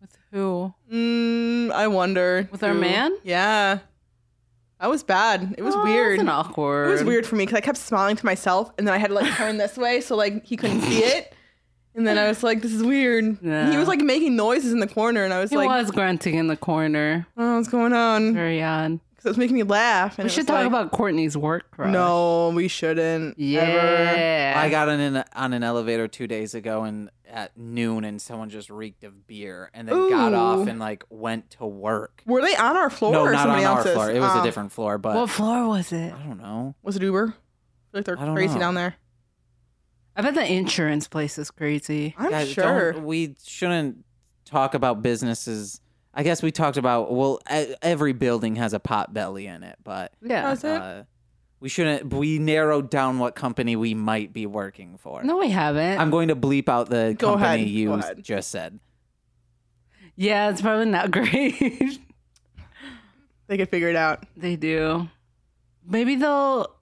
S3: with who?
S2: Mm, I wonder.
S3: With our
S2: Ooh.
S3: man?
S2: Yeah, that was bad. It was
S3: Oh,
S2: weird.
S3: That's an awkward.
S2: It was weird for me because I kept smiling to myself, and then I had
S3: [laughs]
S2: to like turn this way so like he couldn't see it. And then I was like, "This is weird."
S3: Yeah.
S2: He was like making noises in the corner, and I was
S3: He
S2: like,
S3: was grunting in the corner.
S2: "Oh, what's going on?"
S3: Very on.
S2: Because So it's making me laugh. And
S3: We
S2: it
S3: should
S2: was
S3: talk
S2: like,
S3: about Courtney's work crush.
S2: No, we shouldn't. Ever.
S3: Yeah.
S1: I got on an on an elevator two days ago and at noon, and someone just reeked of beer, and then got off
S2: Ooh.
S1: and like went to work.
S2: Were they on our floor
S1: no,
S2: or
S1: not on
S2: somebody
S1: our
S2: else's?
S1: floor. It was
S2: Ah.
S1: a different floor, but
S3: What floor was it?
S1: I don't know.
S2: Was it Uber? I feel like they're
S1: I don't
S2: crazy
S1: know.
S2: down there.
S3: I bet the insurance place is crazy.
S2: I'm
S1: Guys,
S2: sure.
S1: don't- we shouldn't talk about businesses. I guess we talked about well, e- every building has a pot belly in it, but
S3: Yeah.
S2: Does it?
S1: uh, we shouldn't. We narrowed down what company we might be working for.
S3: No, we haven't.
S1: I'm going to bleep out the
S2: Go
S1: company
S2: ahead,
S1: you
S2: go ahead.
S1: just said.
S3: yeah, it's probably not [laughs] great.
S2: they could figure it out.
S3: they do. Maybe they'll.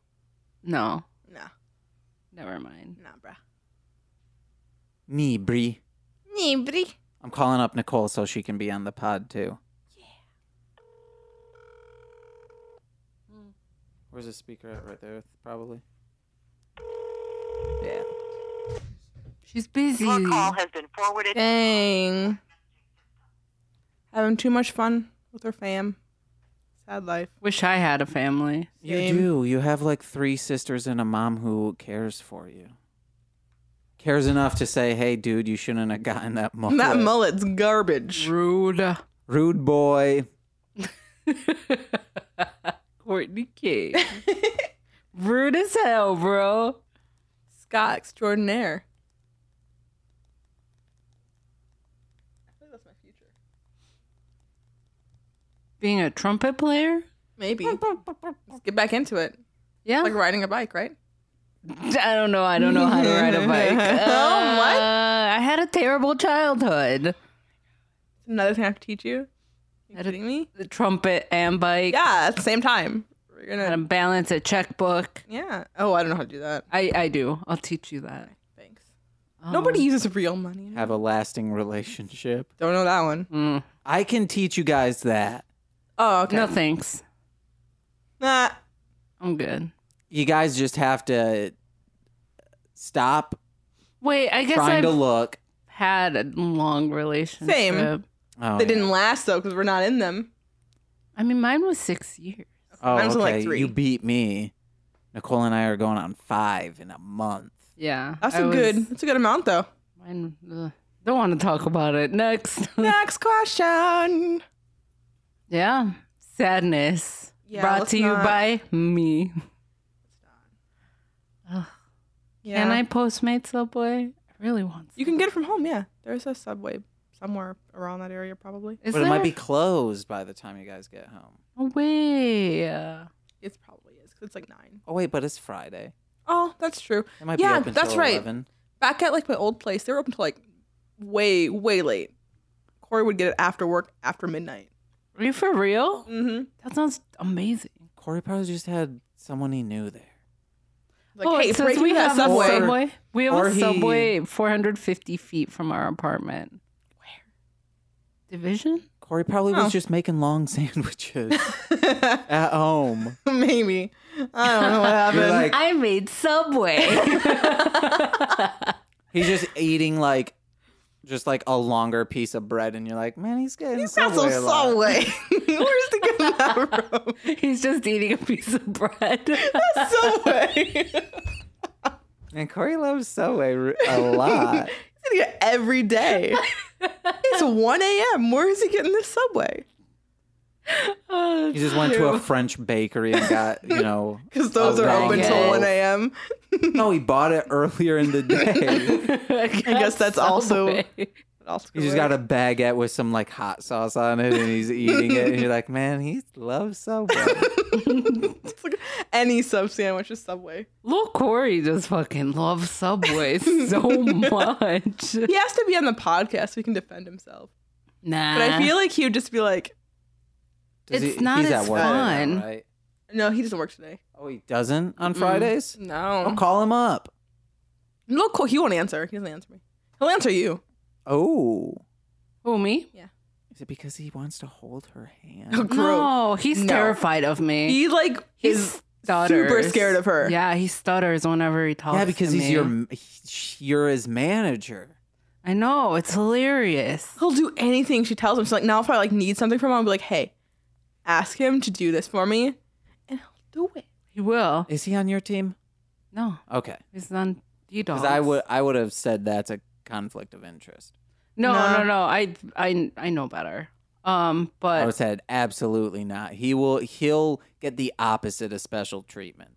S3: No,
S2: Nah,
S3: never mind.
S2: nah, bruh.
S1: Nibri.
S2: Nobody.
S1: I'm calling up Nicole so she can be on the pod too. Yeah. Where's the speaker at? Right there, probably. Yeah.
S3: She's busy.
S4: Your call has been forwarded.
S2: Dang. Having too much fun with her fam. Sad life. [laughs]
S3: Wish I had a family.
S1: You
S2: Same.
S1: do. You have like three sisters and a mom who cares for you. Cares enough to say, "Hey, dude, you shouldn't have gotten that mullet."
S2: That mullet's garbage.
S3: Rude.
S1: Rude boy.
S3: [laughs] Courtney King. [laughs] Rude as hell, bro.
S2: Scott extraordinaire.
S3: Being a trumpet player?
S2: Maybe. Let's get back into it.
S3: Yeah.
S2: Like riding a bike, right?
S3: I don't know. I don't know how to ride a bike.
S2: [laughs] Oh, what?
S3: Uh, I had a terrible childhood.
S2: Another thing I have to teach you. You
S3: Edit-
S2: kidding me?
S3: The trumpet and bike.
S2: Yeah, at the same time. We're
S3: How to
S2: gonna.
S3: balance a checkbook.
S2: Yeah. Oh, I don't know how to do that.
S3: I, I do. I'll teach you that.
S2: Thanks. Nobody uses real money.
S1: Have a lasting relationship.
S2: Don't know that one.
S3: Mm.
S1: I can teach you guys that.
S2: Oh, okay.
S3: No thanks.
S2: Nah.
S3: I'm good.
S1: You guys just have to stop
S3: Wait, I guess
S1: trying
S3: I've
S1: to look.
S3: had a long relationship.
S2: Same.
S1: Oh,
S2: they
S1: yeah.
S2: didn't last though because we're not in them.
S3: I mean, mine was six years.
S1: Oh,
S2: Mine was
S1: okay.
S2: like three.
S1: You beat me. Nicole and I are going on five in a month.
S3: Yeah.
S2: That's
S3: I
S2: a
S3: was-
S2: good. That's a good
S3: [laughs]
S2: amount though.
S3: Mine, ugh. don't want to talk about it.
S2: [laughs]
S3: Next.
S2: Next question.
S3: [laughs] yeah. Sadness.
S2: Yeah,
S3: Brought
S2: let's
S3: to you
S2: not-
S3: by me. Ugh.
S2: Yeah.
S3: Can I Postmate Subway? I really want.
S2: You can get it from home. Yeah, there's a subway somewhere around that area probably.
S3: Is
S1: but it
S3: there?
S1: might be closed by the time you guys get home.
S3: No way.
S2: It probably is 'cause it's like nine.
S1: Oh wait, but it's Friday.
S2: Oh, that's true.
S1: It might
S2: Yeah,
S1: be up until
S2: that's right.
S1: 11.
S2: Back at like my old place, they were open till like way way late. Corey would get it after work after midnight.
S3: Are you for real?
S2: Mm-hmm.
S3: That sounds amazing.
S1: Corey probably just had someone he knew there.
S2: Like
S3: oh,
S2: hey,
S3: it says
S2: break
S3: we
S2: into that
S3: have
S2: subway.
S3: a
S1: Or-
S3: subway. We have
S1: or
S3: a
S1: he-
S3: subway 450 feet from our apartment. Where? Division?
S1: Corey probably
S2: Oh.
S1: was just making long [laughs] sandwiches at
S2: [laughs]
S1: home.
S2: [laughs] Maybe I
S3: [laughs]
S2: don't know what
S1: You're
S2: happened.
S1: like
S3: I made Subway.
S1: he's just eating like just like a longer piece of bread, and you're like, man, he's getting
S2: He's got some
S1: subway a lot." [laughs]
S2: subway. Where's the get that
S3: [laughs]
S2: from?
S3: He's just eating a piece of bread.
S1: [laughs]
S2: Subway.
S1: And Corey loves subway r- a lot.
S2: He's eating it every day. It's 1 a.m. Where is he getting this subway?
S1: [laughs]
S3: Oh,
S1: he just went to a French bakery and got you [laughs] know
S2: Because those
S1: a
S2: are open till
S1: bagel.
S2: 1 a.m.
S1: No, he bought it earlier in the [laughs] day.
S3: [laughs] I
S2: guess that's also-
S1: He just got a baguette with some like hot sauce on it, and he's eating it. And you're like, man, he loves [laughs] Subway.
S2: [laughs] It's like any sub sandwich is subway.
S3: Little Corey just fucking loves Subway so much.
S2: He has to be on the podcast so he can defend himself.
S3: Nah,
S2: But
S3: Uh-huh.
S2: I feel like he would just be like,
S1: Does
S3: It's not
S1: he's
S3: as
S1: at work right now,
S3: fun.
S1: right?
S2: no, he doesn't work today.
S1: Oh, he doesn't on
S3: Mm-mm.
S1: Fridays. I'll
S2: No.
S1: call him up.
S2: Look, cool. He won't answer. He doesn't answer me. He'll answer you.
S1: Oh,
S3: who me?
S1: is it because he wants to hold her
S3: Oh,
S1: hand?
S2: Gross.
S3: No, he's
S2: No.
S3: terrified of me.
S2: He like is
S3: he's stutters.
S2: super scared of her.
S3: Yeah, he stutters whenever he talks.
S1: yeah, because
S3: to
S1: he's
S3: me.
S1: your you're his manager.
S3: I know it's hilarious.
S2: he'll do anything she tells him. So like now if I like need something from him, I'll be like, hey, ask him to do this for me, and I'll do it.
S3: He will.
S1: Is he on your team?
S3: No,
S1: Okay.
S3: he's on D dogs.
S1: Because I would I would have said that's a conflict of interest.
S3: No,
S2: Nah.
S3: no, no. I, I, I know better. Um,
S1: I would
S3: but
S1: have said absolutely not. He will he'll get the opposite of special treatment.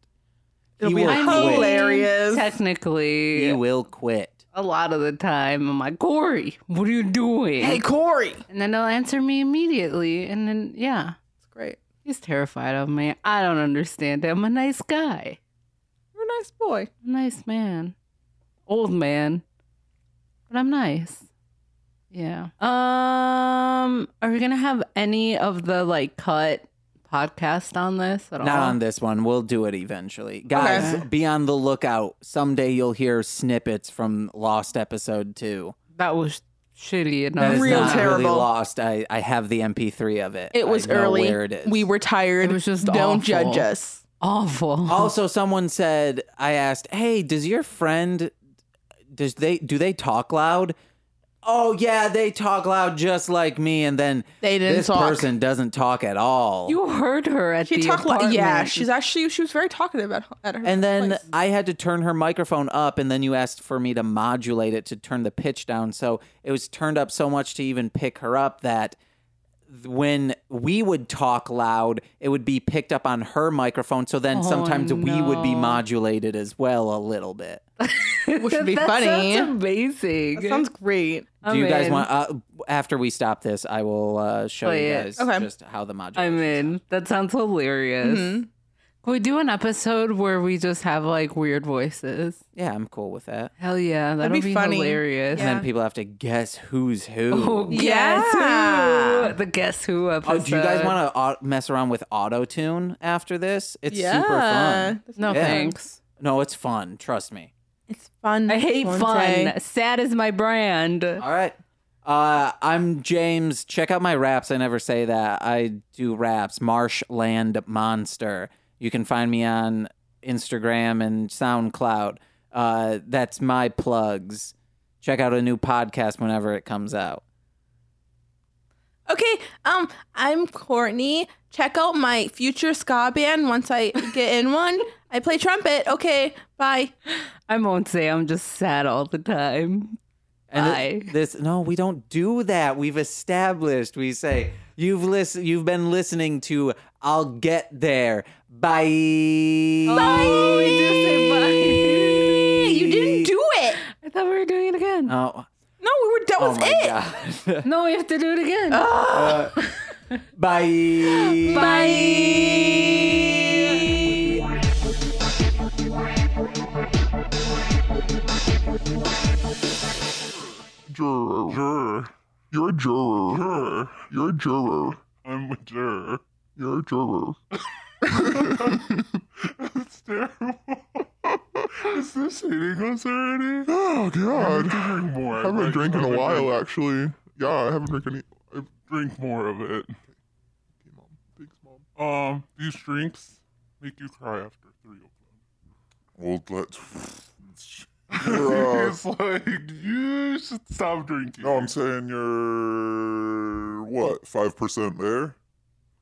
S2: It'll be
S1: will
S3: I
S1: quit.
S3: mean,
S2: hilarious.
S1: He
S3: Technically,
S1: will quit.
S3: a lot of the time, I'm like, Corey, what are you doing?
S2: Hey, Corey.
S3: and then he'll answer me immediately. And then, yeah,
S2: It's great.
S3: he's terrified of me. I don't understand it. I'm a nice guy,
S2: You're a nice boy.
S3: nice man, old man, but I'm nice. Yeah. Um, are we gonna have any of the like cut podcast on this at
S1: Not
S3: all?
S1: on this one. We'll do it eventually. Guys,
S2: [laughs]
S3: Okay.
S1: be on the lookout. Someday you'll hear snippets from Lost episode 2.
S3: that was shitty
S1: That
S3: enough.
S1: is
S2: Real
S1: not really
S2: terrible.
S1: lost. I, I have the MP3 of it. I
S2: It was
S1: know
S2: early.
S1: Where it is.
S2: We were tired.
S3: It was just
S2: don't
S3: awful.
S2: judge us.
S3: awful.
S1: also someone said I asked, "Hey, does your friend does they do they talk loud?" Oh yeah, they talk loud just like me. And then
S2: They didn't
S1: this
S2: talk.
S1: person doesn't talk at all.
S3: [laughs] You heard her at
S2: She
S3: the
S2: talked like
S3: apartment.
S2: yeah. She's actually she was very talkative at, at her.
S1: and then
S2: place.
S1: I had to turn her microphone up, and then you asked for me to modulate it to turn the pitch down. So it was turned up so much to even pick her up that th- when we would talk loud, it would be picked up on her microphone. So then
S3: Oh,
S1: sometimes we would be
S3: no.
S1: modulated as well a little bit.
S2: Which would
S3: [laughs]
S2: be
S3: that
S2: funny.
S3: Sounds amazing.
S2: that sounds great.
S1: Do you guys want? Uh, after we stop this, I will uh, show
S3: Play
S1: you
S3: it.
S1: guys
S2: Okay.
S1: just how the modulation.
S3: I'm in. That sounds hilarious.
S2: Mhm.
S3: Can we do an episode where we just have like weird voices?
S1: Yeah, I'm cool with that.
S3: Hell yeah, that'll
S2: be
S3: be,
S2: funny.
S1: And
S3: hilarious.
S2: Yeah.
S1: then people have to guess who's who.
S3: [laughs] Oh,
S1: Oh,
S3: guess
S2: Yeah.
S3: who? The guess who episode.
S1: do you guys want to au- mess around with auto tune after this? It's super fun.
S2: That's
S3: No
S1: Yeah.
S3: thanks.
S1: No, it's fun. Trust me.
S2: It's fun.
S3: I hate
S2: Monte.
S3: fun. Sad is my brand.
S1: All right. Uh, I'm James. Check out my raps. I never say that. I do raps. Marshland Monster. You can find me on Instagram and SoundCloud. Uh, that's my plugs. Check out a new podcast whenever it comes out.
S2: Okay, um, I'm Courtney. Check out my future ska band once I get in one. I play trumpet. Okay, bye.
S3: I won't say I'm just sad all the time.
S1: And thi-
S3: Bye.
S1: this no, we don't do that. We've established. We say you've listen you've been listening to I'll get there. Bye.
S3: Oh, we did say bye.
S2: You didn't do it.
S3: I thought we were doing it again.
S1: Oh,
S2: No, we were that
S1: oh
S2: was
S1: my
S2: it.
S1: god.
S3: no, we have to do it again.
S1: [laughs] Uh, bye.
S3: Bye.
S4: juror. Juror. You're a juror. Juror. You're a juror. I'm a juror. You're a juror. That's terrible. Is this eating us already? Oh god. I drink more. I haven't drank in a while actually. Yeah, I haven't drank any I drink more of it. Thanks, Mom. Um, these drinks make you cry after three o'clock. Well, that's. it's like you should stop drinking. No, I'm saying you're what five percent there.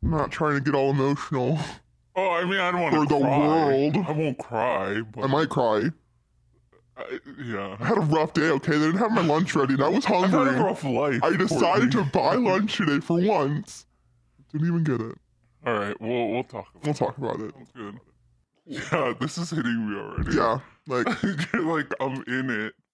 S4: I'm not trying to get all emotional.
S5: Oh, I mean, I don't want to
S4: For the
S5: cry.
S4: world.
S5: I won't cry, but
S4: I might cry.
S5: I-
S4: I
S5: yeah.
S4: had a rough day. Okay, they didn't have my lunch ready, and I was
S5: I've had a
S4: hungry.
S5: rough life.
S4: I decided to
S5: Courtney. [laughs]
S4: buy lunch today for once. Didn't even get it.
S5: All right, we'll we'll talk. About
S4: We'll talk about it.
S5: Sounds good. Yeah, this is hitting me already.
S4: Yeah, like.
S5: You're [laughs] like I'm in it.